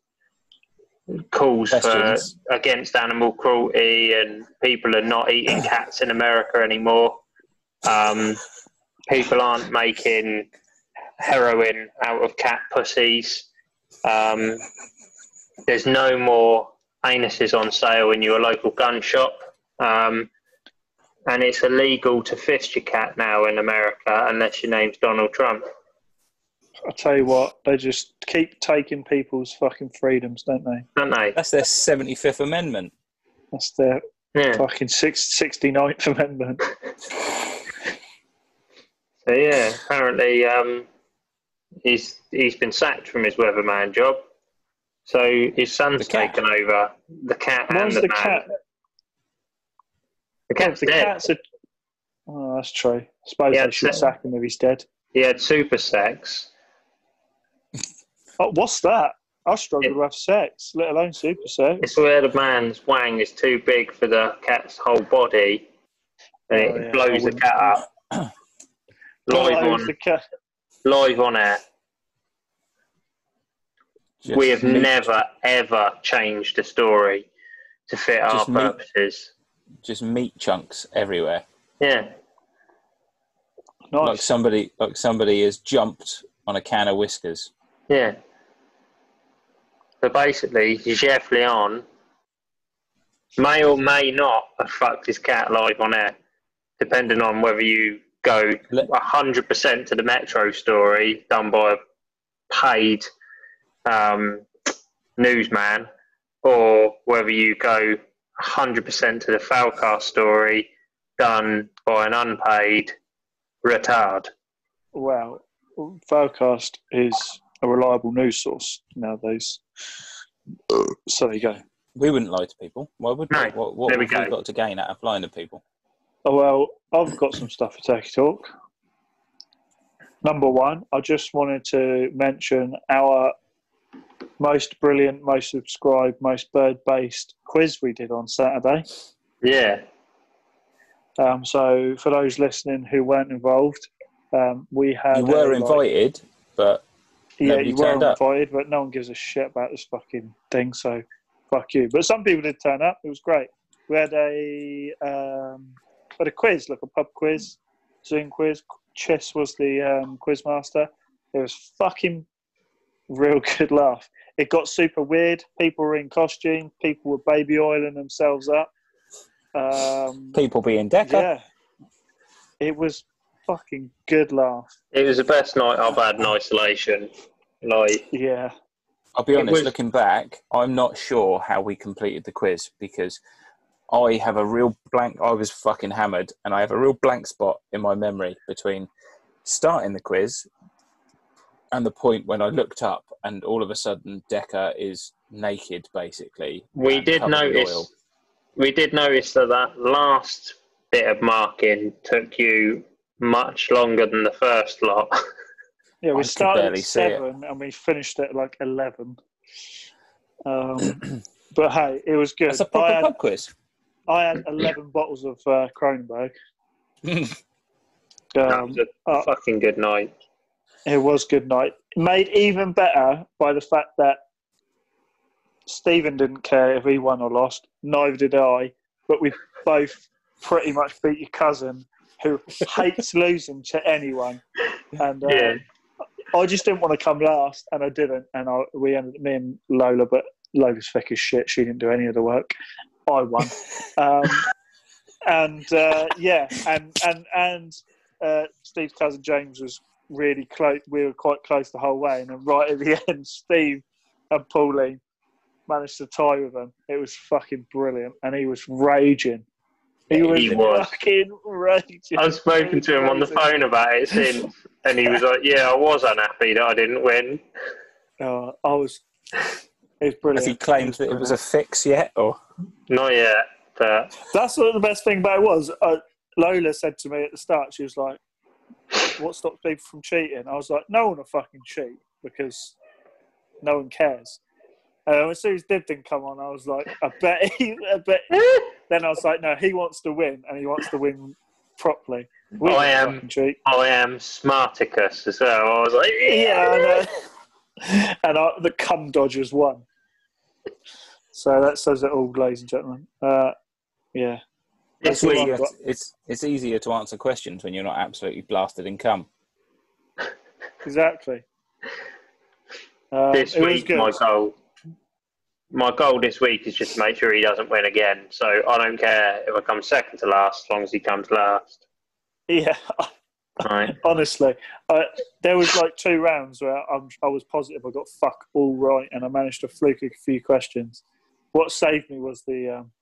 calls for Questions. against animal cruelty, and people are not eating cats in America anymore. Um, people aren't making heroin out of cat pussies. Um, there's no more anuses on sale in your local gun shop. Um, and it's illegal to fist your cat now in America unless your name's Donald Trump. I tell you what, they just keep taking people's fucking freedoms, don't they? Don't they? That's their 75th Amendment. That's their Yeah. fucking six, 69th Amendment. So yeah, apparently um, he's he's been sacked from his weatherman job. So his son's The cat. taken over the cat and Where's the, the man. cat? The cat's The dead. cat's a. Oh, that's true. I suppose Yeah, they should so- sack him if he's dead. He had super sex. Oh, what's that? I struggle It- to have sex, let alone super sex. It's where the man's wang is too big for the cat's whole body, and it Oh, yeah. I blows the wouldn't- cat up. live Blows on, the cat- live on air. Just we have leak- never ever changed the story to fit our Just me- purposes. just meat chunks everywhere. Yeah, Nice. Like somebody, like somebody has jumped on a can of whiskers. yeah. So basically, Jeff Leon may or may not have fucked his cat live on air, depending on whether you go Let- 100% to the Metro story done by a paid um, newsman, or whether you go 100% to the Falcast story done by an unpaid retard. Well, Forecast is a reliable news source nowadays. So there you go. We wouldn't lie to people. Why would we? No, What, what there we have we go. got to gain out of lying to people? Oh, well, I've got some stuff for Turkey Talk. Number one, I just wanted to mention our most brilliant, most subscribed, most bird based quiz we did on Saturday. Yeah, Um, so for those listening who weren't involved, um, we had. you were a, like- invited, but Yeah, Nobody you were turned up. invited, but no one gives a shit about this fucking thing, so fuck you. But some people did turn up. It was great. We had a um, we had a quiz, like a pub quiz, Zoom quiz. Chess was the um, quiz master. It was fucking real good laugh. It got super weird. People were in costume. People were baby oiling themselves up. Um, people being Decker. yeah, it was fucking good laugh. it was the best night I've had in isolation. Like, Yeah. I'll be It honest, was- looking back, I'm not sure how we completed the quiz because I have a real blank. I was fucking hammered, and I have a real blank spot in my memory between starting the quiz and the point when I looked up, and all of a sudden Decker is naked, basically. we and did covered in oil. notice, we did notice that that last bit of marking took you much longer than the first lot. Yeah, I we could started barely at see it. seven and we finished at like eleven. Um, but hey, it was good. That's a I proper had, pub quiz. I had eleven bottles of uh, Kronenberg. that Um, was a uh, fucking good night. it was good night. Made even better by the fact that Stephen didn't care if he won or lost. Neither did I. But we both pretty much beat your cousin, who hates losing to anyone. And uh, Yeah. I just didn't want to come last, and I didn't. And I, we ended me and Lola, but Lola's thick as shit. She didn't do any of the work. I won. um, and uh, yeah, and and and uh, Steve's cousin James was really close. We were quite close the whole way, and then right at the end, Steve and Pauline managed to tie with him. It was fucking brilliant, and he was raging. He, Yeah, was, he was. fucking raging. I've spoken to him on the Raging. phone about it since, and he was like, "Yeah, I was unhappy that I didn't win." Oh, I was. It was brilliant. Has he claimed that it was a fix yet, or Not yet, but That's what the best thing about it was. Uh, Lola said to me at the start, she was like, "What stops people from cheating?" I was like, "No one will fucking cheat because no one cares." And then as soon as Dib didn't come on, I was like, "I bet he." I bet. then I was like, "No, he wants to win, and he wants to win properly." We Oh, I don't am- fucking cheat. I am Smarticus as well. I was like, Yeah, I "Yeah." know. and I, the cum dodgers won. So that says it all, ladies and gentlemen. Uh, yeah. it's This week, easier, to- it's it's easier to answer questions when you're not absolutely blasted in cum. Exactly. Um, this it was week good. my goal my goal this week is just to make sure he doesn't win again so i don't care if i come second to last as long as he comes last Yeah, right honestly, I, there was like two rounds where I'm, I was positive I got fuck all right, and I managed to fluke a few questions. What saved me was the um,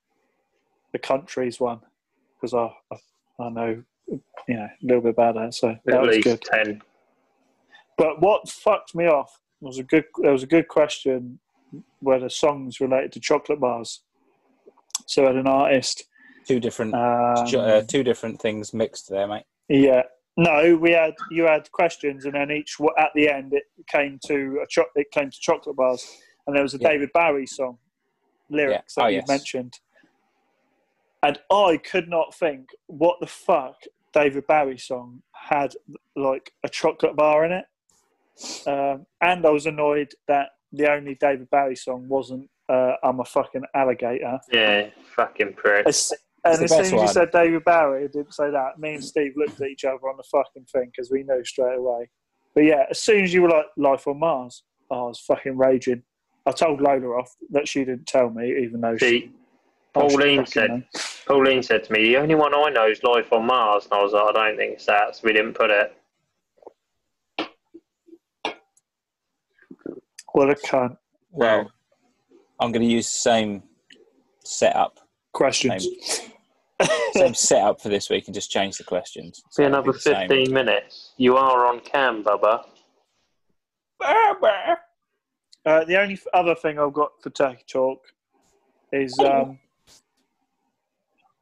the countries one because I, I I know you know a little bit about that, so that at was least good. 10 But what fucked me off was a good. There was a good question whether songs related to chocolate bars. So I had an artist. Two different, Um, uh, ju- uh, two different things mixed there, mate. Yeah, No, we had you had questions, and then each wa- at the end it came to a cho- it came to chocolate bars, and there was a Yeah. David Bowie song lyrics Yeah. that Oh, you yes. mentioned, and I could not think what the fuck David Bowie song had like a chocolate bar in it, um, and I was annoyed that the only David Bowie song wasn't uh, "I'm a fucking alligator." Yeah, fucking prick. As, and the as soon best as you one. said David Bowie, it didn't say that. Me and Steve looked at each other on the fucking thing because we knew straight away. But yeah, as soon as you were like, Life on Mars, I was fucking raging. I told Lola off that she didn't tell me, even though she. She, Pauline I should fucking said, know. Pauline said to me, the only one I know is Life on Mars, and I was like, I don't think it's that, so we didn't put it. What a cunt. Well, I'm going to use the same setup, Questions. same setup for this week, and just change the questions. Be So it'll another the same. 15 minutes. You are on cam, Bubba. Uh, the only f- other thing I've got for Turkey Talk is um,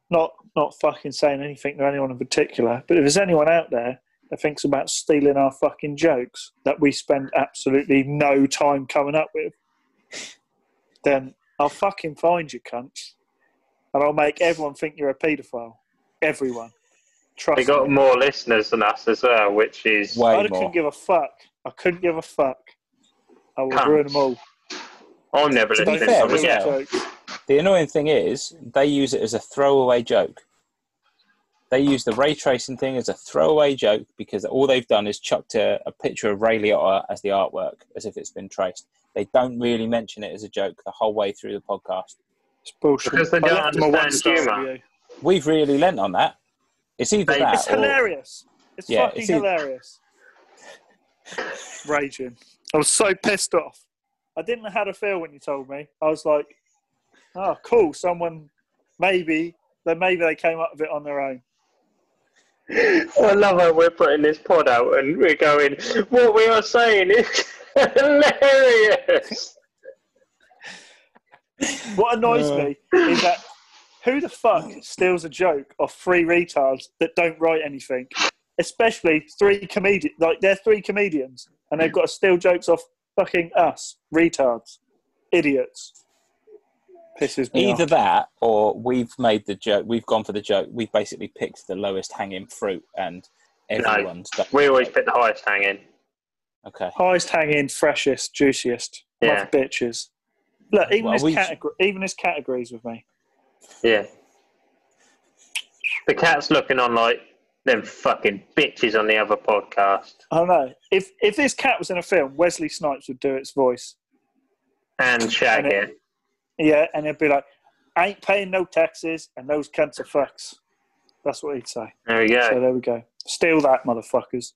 not not fucking saying anything to anyone in particular, but if there's anyone out there that thinks about stealing our fucking jokes that we spend absolutely no time coming up with, then I'll fucking find you, cunts, and I'll make everyone think you're a paedophile. Everyone, trust They got me. more listeners than us as well, which is Way I more. couldn't give a fuck. I couldn't give a fuck. I will Cunts. ruin them all. I'm never To be listening fair, to them we again. have- The annoying thing is they use it as a throwaway joke. They use the ray tracing thing as a throwaway joke because all they've done is chucked a, a picture of Ray Liotta as the artwork, as if it's been traced. They don't really mention it as a joke the whole way through the podcast. It's bullshit. Because they I don't left them a understand one-star humour. review. We've really lent on that. It's either They- that It's or hilarious. It's Yeah, fucking it's e- hilarious. Raging. I was so pissed off. I didn't know how to feel when you told me. I was like, oh, cool. Someone, maybe, then maybe they came up with it on their own. I love how we're putting this pod out and we're going, what we are saying is hilarious. What annoys Uh. me is that who the fuck steals a joke off three retards that don't write anything? Especially three comedians. Like, they're three comedians and they've got to steal jokes off fucking us, retards, idiots. Pisses me Either off. that, or we've made the joke. We've gone for the joke. We've basically picked the lowest hanging fruit, and everyone's done. We always pick the highest hanging. Okay. Highest hanging, freshest, juiciest. Yeah. Love bitches. Look, even Well, his we- category, even his categories with me. Yeah. The cat's looking on like them fucking bitches on the other podcast I don't know. If if this cat was in a film, Wesley Snipes would do its voice. and shag And it. Yeah, and it'd be like, "I ain't paying no taxes, and those cunts are fucks." That's what he'd say. There we So go. there we go. Steal that, motherfuckers.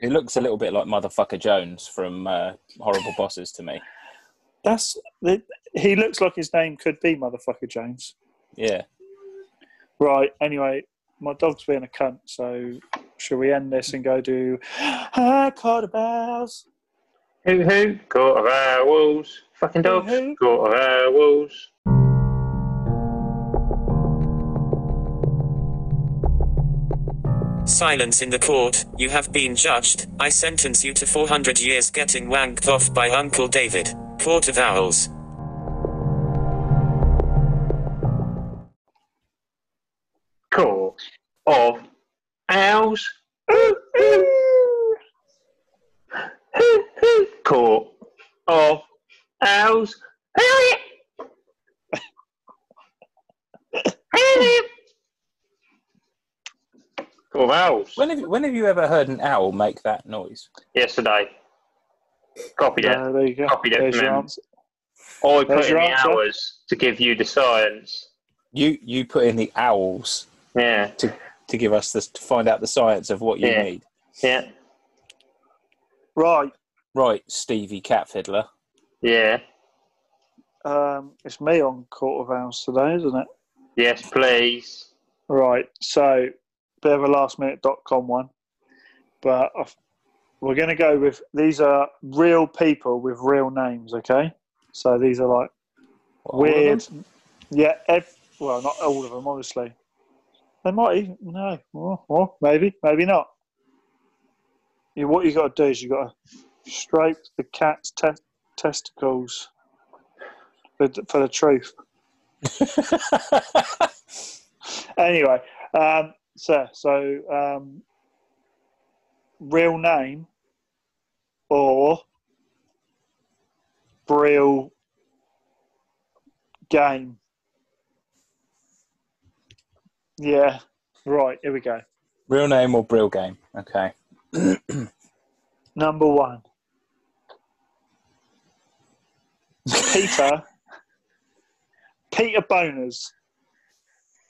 It looks a little bit like Motherfucker Jones from uh, Horrible Bosses to me. That's the, he looks like his name could be motherfucker James. Yeah. Right. Anyway, my dog's being a cunt. So shall we end this and go do? I caught a mouse. Who who? Court of owls. Fucking dogs. Who, who? Court of owls. Silence in the court, you have been judged. I sentence you to 400 years getting wanked off by Uncle David. Court of Owls. Court of owls. Court of owls. Court of owls. When have you, when have you ever heard an owl make that noise? Yesterday. Copied it. Uh, there you go. Copied it There's from your him. answer. I put There's in your the answer. hours to give you the science. You you put in the owls Yeah, to to give us this to find out the science of what you Yeah. need. yeah, Right. Right, Stevie Cat Fiddler. yeah. Um, it's me on Court of Owls today, isn't it? Yes, please. Right. So, bit of a last minute dot com one, but I've, we're going to go with these are real people with real names. Okay. So these are like What, all of them? weird. Yeah. Ev- well, not all of them, obviously. They might even no. Well, well, maybe, maybe not. You, what you got to do is you got to stroke the cat's te- testicles for, th- for the truth. Anyway, um, so so um, real name or real game. Yeah, right. Here we go. Real name or Brill game? Okay. Number one, Peter. Peter Boners.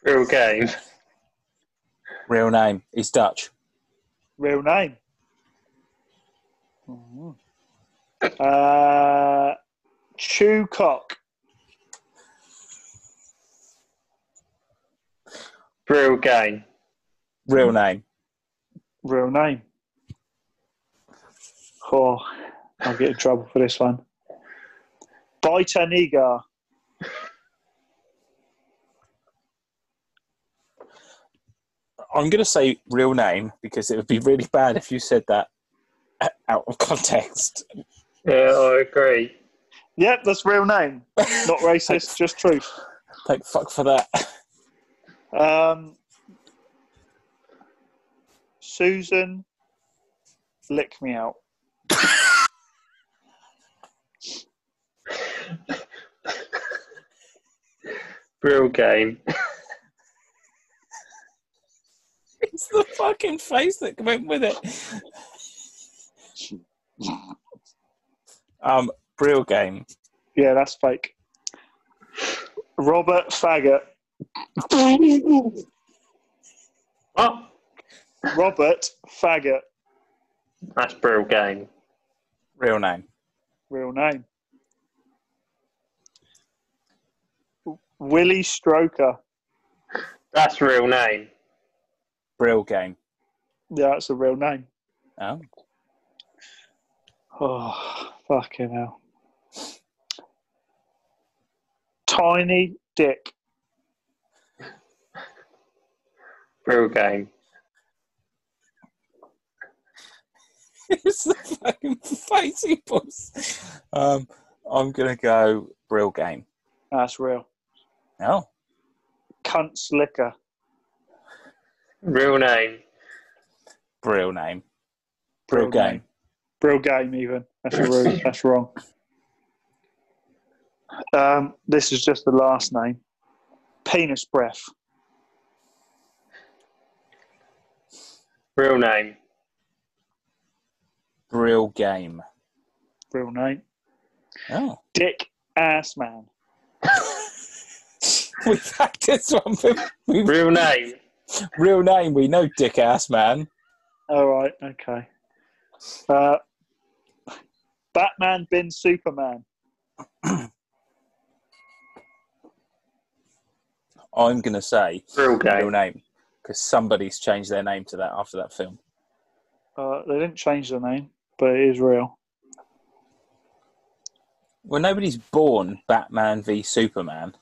Real game. Real name. He's Dutch. real name. Mm-hmm. Uh, Chew Cock. Real game. Real name. Real name. Oh, I'll get in trouble for this one. Biter Nigar. I'm going to say real name because it would be really bad if you said that out of context. Yeah, I agree. Yep, that's real name. Not racist, just truth. Like, fuck for that. Um, Susan, lick me out. Real game. It's the fucking face that went with it. Um, Brill game. Yeah, that's fake. Robert Faggot. What? Robert Faggot. That's real game. Real name. real name. Willie Stroker. That's real name. Brill game. Yeah, that's a real name. Oh. Oh, fucking hell. Tiny Dick. Real game. it's the fucking face he puts. Um, I'm going to go Brill game. That's real. Oh. Cunt Slicker. Real name. Brill name. Brill Real game. name. Real game, even. That's, a real, that's wrong. Um, this is just the last name. Penis Breath. Real name. Brill game. Real name. Oh. Dick Ass Man. We've had this one. before. We've- Real name. real name, we know Dick Ass Man. All right, okay. Uh, Batman bin Superman. I'm going to say Real real game. name because somebody's changed their name to that after that film. Uh, they didn't change the name, but it is real. Well, nobody's born Batman v Superman.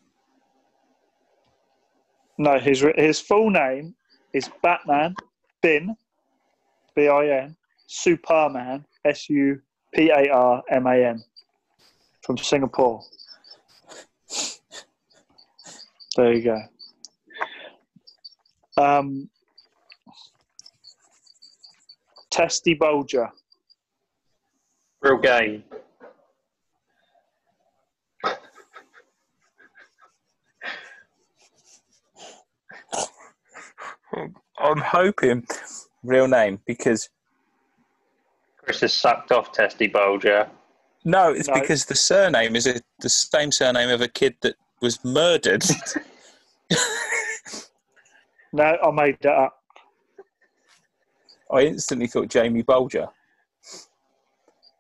No, his re- his full name is Batman bin B I N Superman S U P A R M A N from Singapore. There you go. Um, Testy Bulger. Real game. I'm hoping real name because Chris has sucked off Testy Bulger. no, it's No. because the surname is a, the same surname of a kid that was murdered. No, I made that up. I instantly thought Jamie Bolger.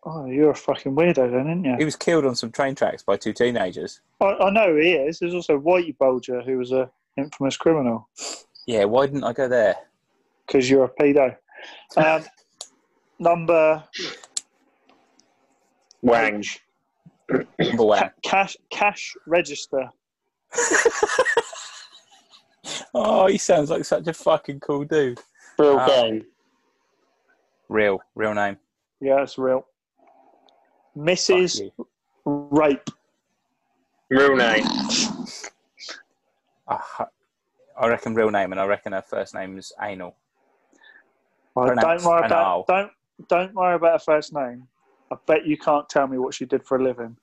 Oh, you're a fucking weirdo, then, aren't you? He was killed on some train tracks by two teenagers. I, I know he is. There's also Whitey Bulger, who was a infamous criminal, Yeah, why didn't I go there? because you're a pedo. Um, number Wang. Number one. ca- cash cash register. Oh, he sounds like such a fucking cool dude. Real Um, game. Real, real name. Yeah, it's real. Mrs. Fuck you. Rape. Real name. I hu- I reckon real name, and I reckon her first name's Anal. Well, don't Pronounced worry an about owl. don't don't worry about her first name. I bet you can't tell me what she did for a living.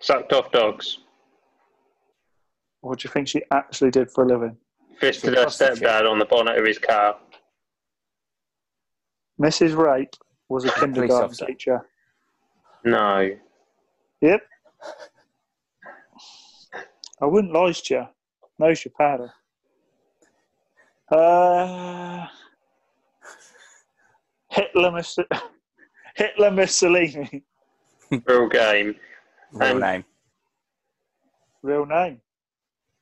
Sucked off dogs. What do you think she actually did for a living? Fisted her Prostitute. stepdad on the bonnet of his car. Mrs. Rape was a Police kindergarten officer. teacher. No. Yep. I wouldn't lie to you. No, she powder. Uh, Hitler, Mus- Hitler Mussolini. Real game. Real Um, name. Real name.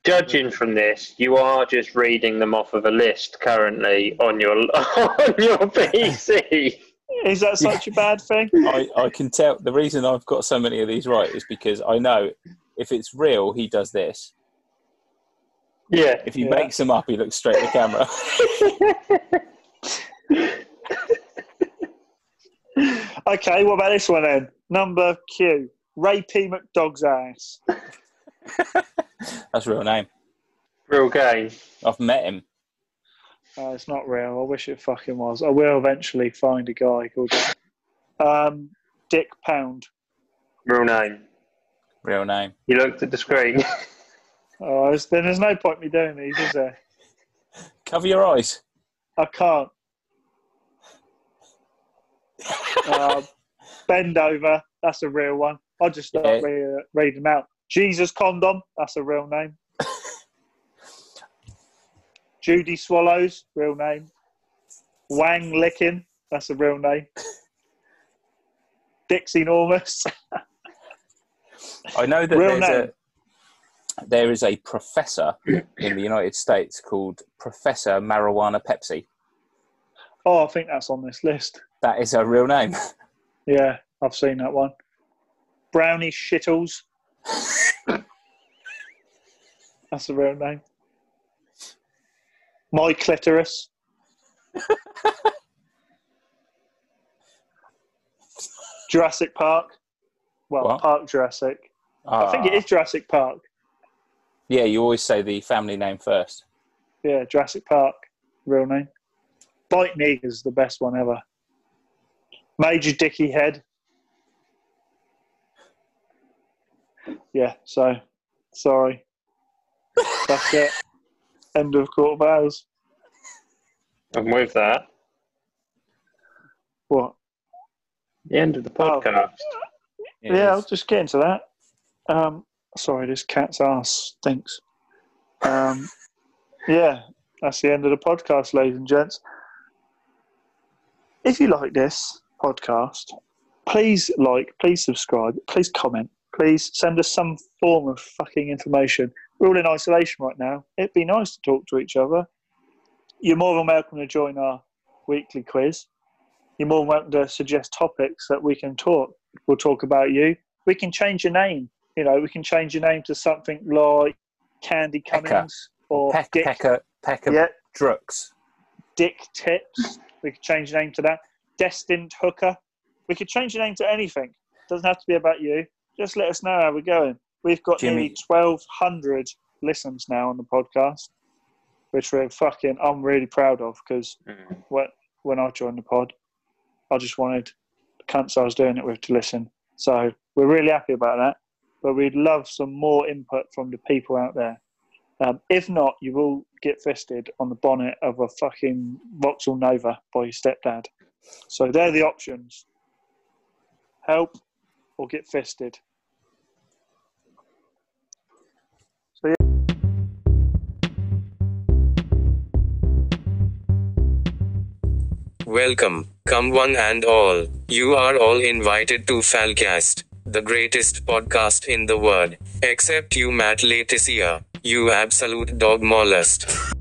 Judging from this, you are just reading them off of a list currently on your on your PC. Is that such a bad thing? I, I can tell the reason I've got so many of these right is because I know if it's real, he does this. yeah. If he Yeah. makes them up, he looks straight at the camera. Okay, what about this one then? Number Q. Ray P. McDog's ass. That's real name. Real game. I've met him. Uh, it's not real. I wish it fucking was. I will eventually find a guy called that. Um, Dick Pound. Real name. Real name. You looked at the screen. Oh, there's- then there's no point me doing these, is there? Cover your eyes. I can't. uh, bend over. That's a real one. I'll just start Yeah. re- uh, reading them out. Jesus Condom. That's a real name. Judy Swallows. Real name. Wang Licking. That's a real name. Dixie Normus. I know that Real there's a there is a professor in the United States called Professor Marijuana Pepsi. Oh, I think that's on this list. That is a real name. Yeah, I've seen that one. Brownie Shittles. That's the real name. My clitoris. Jurassic Park. Well, What? Park Jurassic. I think it Ah. is Jurassic Park. Yeah, you always say the family name first. Yeah, Jurassic Park. Real name. Bite Neger is the best one ever. Major Dicky Head. Yeah, so sorry. That's it. End of court vows. I'm with that. What? The end of the podcast. It yeah, I'll is. just get into that. Um, sorry, this cat's ass stinks. Um, yeah, that's the end of the podcast, ladies and gents. If you like this podcast, please like, please subscribe, please comment, please send us some form of fucking information. We're all in isolation right now. It'd be nice to talk to each other. You're more than welcome to join our weekly quiz. You're more than welcome to suggest topics that we can talk we'll talk about you. We can change your name. You know, we can change your name to something like Candy Pecker. Cummings or Peck, Dick. Pecker Pecker Yeah, Drooks. Dick Tips. We could change your name to that. Destined Hooker. We could change your name to anything. Doesn't have to be about you. Just let us know how we're going. We've got nearly Jimmy. 1,200 listens now on the podcast, which we're fucking, I'm really proud of because Mm. when, when I joined the pod, I just wanted the cunts I was doing it with to listen. So we're really happy about that. But we'd love some more input from the people out there. Um, if not, you will get fisted on the bonnet of a fucking Vauxhall Nova by your stepdad. So they're the options help or get fisted. Welcome, come one and all. You are all invited to Falcast, the greatest podcast in the world, except you, Matt Leticia, you absolute dog molest.